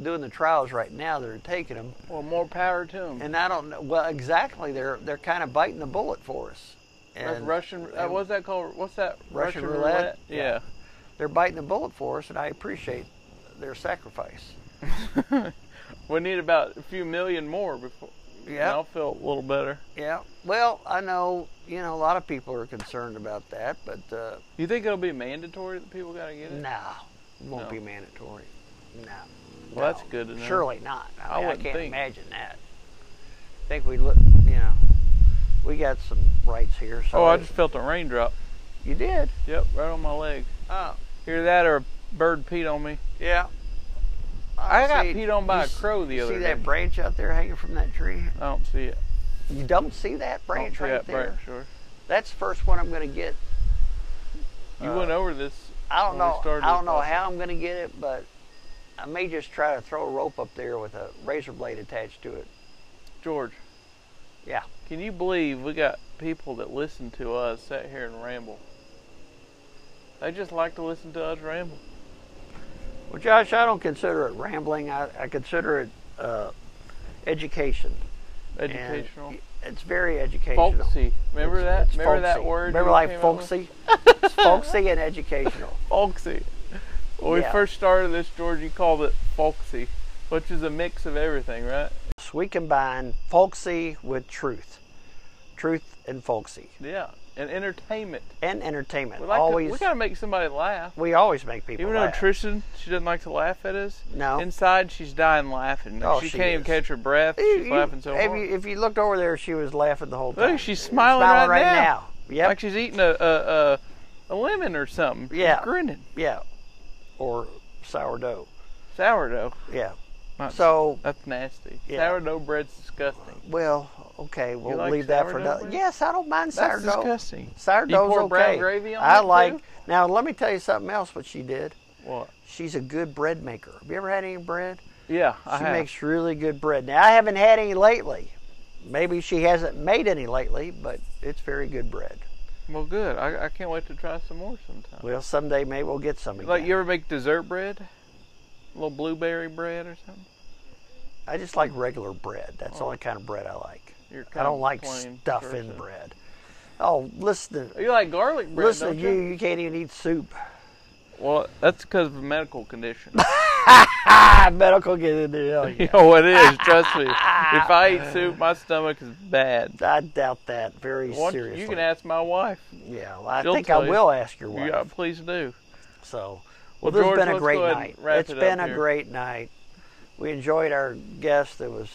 B: doing the trials right now that are taking them,
A: Well, more power to them.
B: and I don't know. Well, exactly, they're they're kind of biting the bullet for us.
A: That's
B: And-
A: Russian. Uh, what's that called? What's that?
B: Russian roulette?
A: Yeah.
B: Yeah. they're biting the bullet for us, and I appreciate their sacrifice.
A: We need about a few million more before.
B: Yeah.
A: and I'll feel a little better.
B: Yeah. Well, I know you know a lot of people are concerned about that, but uh,
A: You think it'll be mandatory that people gotta get it?
B: no, it won't
A: No.
B: be mandatory. No.
A: Well,
B: No.
A: that's good to know.
B: Surely not.
A: I
B: I, mean, I
A: wouldn't
B: can't
A: think.
B: imagine that. I think we look, you know, we got some rights here. So
A: Oh, I just felt a raindrop.
B: you did.
A: Yep, right on my leg.
B: Oh,
A: Hear that or a bird peed on me?
B: yeah.
A: I got
B: see-
A: peed on by
B: you
A: a crow the
B: s-
A: other
B: See
A: day.
B: that branch out there hanging from that tree?
A: I don't see it.
B: You don't see that
A: I don't
B: branch
A: see
B: right
A: that
B: there.
A: branch, sure.
B: That's the first one I'm going to get.
A: You went over this.
B: Uh, I don't
A: when we
B: know.
A: started
B: I don't know
A: this.
B: how I'm going to get it, but I may just try to throw a rope up there with a razor blade attached to it.
A: George,
B: Yeah.
A: can you believe we got people that listen to us sat here and ramble? They just like to listen to us ramble.
B: Well, Josh, I don't consider it rambling. I, I consider it uh, education. And
A: Educational.
B: It's very educational.
A: Folksy. Remember
B: It's-
A: that?
B: it's
A: Remember that
B: folksy.
A: word?
B: Remember
A: you
B: like
A: came up with?
B: folksy? it's folksy and educational.
A: Folksy. When
B: Yeah.
A: we first started this, George, you called it folksy, which is a mix of everything, right?
B: So we combine folksy with truth. Truth and folksy.
A: Yeah. And entertainment.
B: And entertainment.
A: We like
B: always
A: to, we gotta make somebody laugh.
B: we always make people
A: Even
B: laugh.
A: though Tristan, she doesn't like to laugh at us.
B: No.
A: Inside, she's dying laughing.
B: Oh,
A: she,
B: she
A: can't even
B: is.
A: catch her breath.
B: You-
A: She's
B: you-
A: laughing so
B: if
A: hard.
B: you, if you looked over there, she was laughing the whole time.
A: Look, she's smiling,
B: Smiling
A: right,
B: right
A: now.
B: now. Yep.
A: Like she's eating a a, a, a lemon or something. She's
B: Yeah.
A: grinning.
B: Yeah. Or sourdough.
A: Sourdough.
B: Yeah.
A: Not-
B: So
A: that's nasty.
B: Yeah.
A: Sourdough bread's disgusting.
B: Well, okay, we'll
A: like
B: leave that for
A: sourdough
B: another.
A: bread?
B: Yes, I don't mind
A: That's
B: sourdough.
A: disgusting.
B: Sourdough's
A: You pour
B: okay.
A: brown gravy on
B: I
A: it,
B: like.
A: too?
B: Now let me tell you something else. What she did,
A: What?
B: she's a good bread maker. Have you ever had any bread?
A: Yeah, I
B: She
A: have.
B: makes really good bread. Now I haven't had any lately. Maybe she hasn't made any lately, but it's very good bread.
A: Well, good. I, I can't wait to try some more sometime.
B: Well, someday maybe we'll get some. Again.
A: Like you ever make dessert bread? A little blueberry bread or something.
B: I just like regular bread. That's the only kind of bread I like.
A: You're
B: I
A: kind
B: don't
A: of
B: like
A: plain
B: stuff in
A: person.
B: bread. Oh, listen, to,
A: You like garlic bread?
B: listen
A: don't
B: to you. You can't even eat soup.
A: Well, that's because of a medical
B: [laughs]
A: condition. [laughs]
B: Ah, medical get in there. Oh,
A: you know what it is? Trust me. If I eat soup, my stomach is bad.
B: I doubt that very
A: Why don't you-
B: seriously.
A: You can ask my wife.
B: yeah, well, I
A: she'll
B: think I
A: tell you.
B: will ask your wife.
A: You, uh, please do.
B: So,
A: Well,
B: well, this
A: George,
B: has been a
A: let's
B: great
A: go ahead
B: night.
A: and wrap
B: it's
A: it up
B: been a
A: here.
B: great night. We enjoyed our guest. That was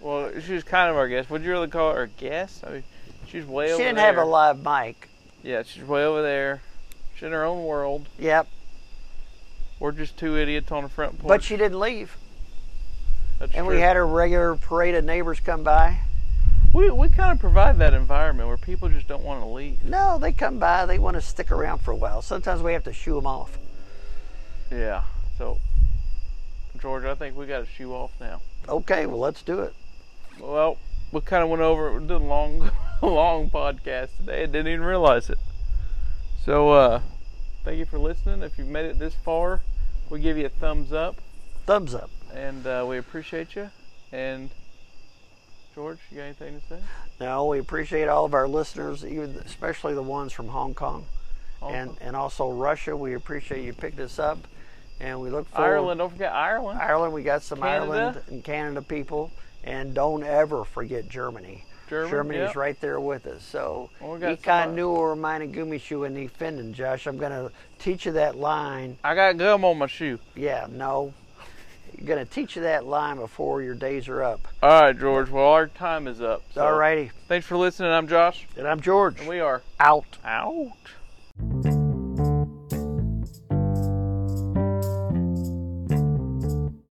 A: Well, she was kind of our guest. Would you really call her a guest? I mean, she's way
B: she
A: over
B: didn't
A: there.
B: have a live mic.
A: Yeah, she's way over there. She's in her own world.
B: Yep,
A: We're just two idiots on the front porch.
B: but she didn't leave,
A: That's
B: and
A: true.
B: we had a regular parade of neighbors come by.
A: we we kind of provide that environment where people just don't want to leave.
B: No, they come by. They want to stick around for a while. Sometimes we have to shoo them off.
A: Yeah. So, George, I think we got to shoe off now.
B: Okay, well, let's do it.
A: Well, we kind of went over. We did a long, [laughs] long podcast today. I didn't even realize it. So, uh, thank you for listening. If you've made it this far, we give you a thumbs up,
B: Thumbs up.
A: and uh, we appreciate you. And George, you got anything to say?
B: No, we appreciate all of our listeners, even especially the ones from Hong Kong, and and also Russia. We appreciate you picking us up, and we look forward.
A: Ireland. Don't forget Ireland.
B: Ireland. We got some
A: Canada.
B: Ireland and Canada people, and don't ever forget Germany.
A: German,
B: Germany's
A: yep.
B: right there with us. So
A: Well, we got
B: Ikan
A: some- uh,
B: Nuor Meine Gumishu and Finden, Josh. I'm gonna teach you that line.
A: I got gum on my shoe.
B: Yeah, no. Gonna teach you that line before your days are up.
A: All right, George. Well, our time is up. So
B: All righty.
A: Thanks for listening. I'm Josh,
B: And I'm George.
A: and we are
B: out.
A: out.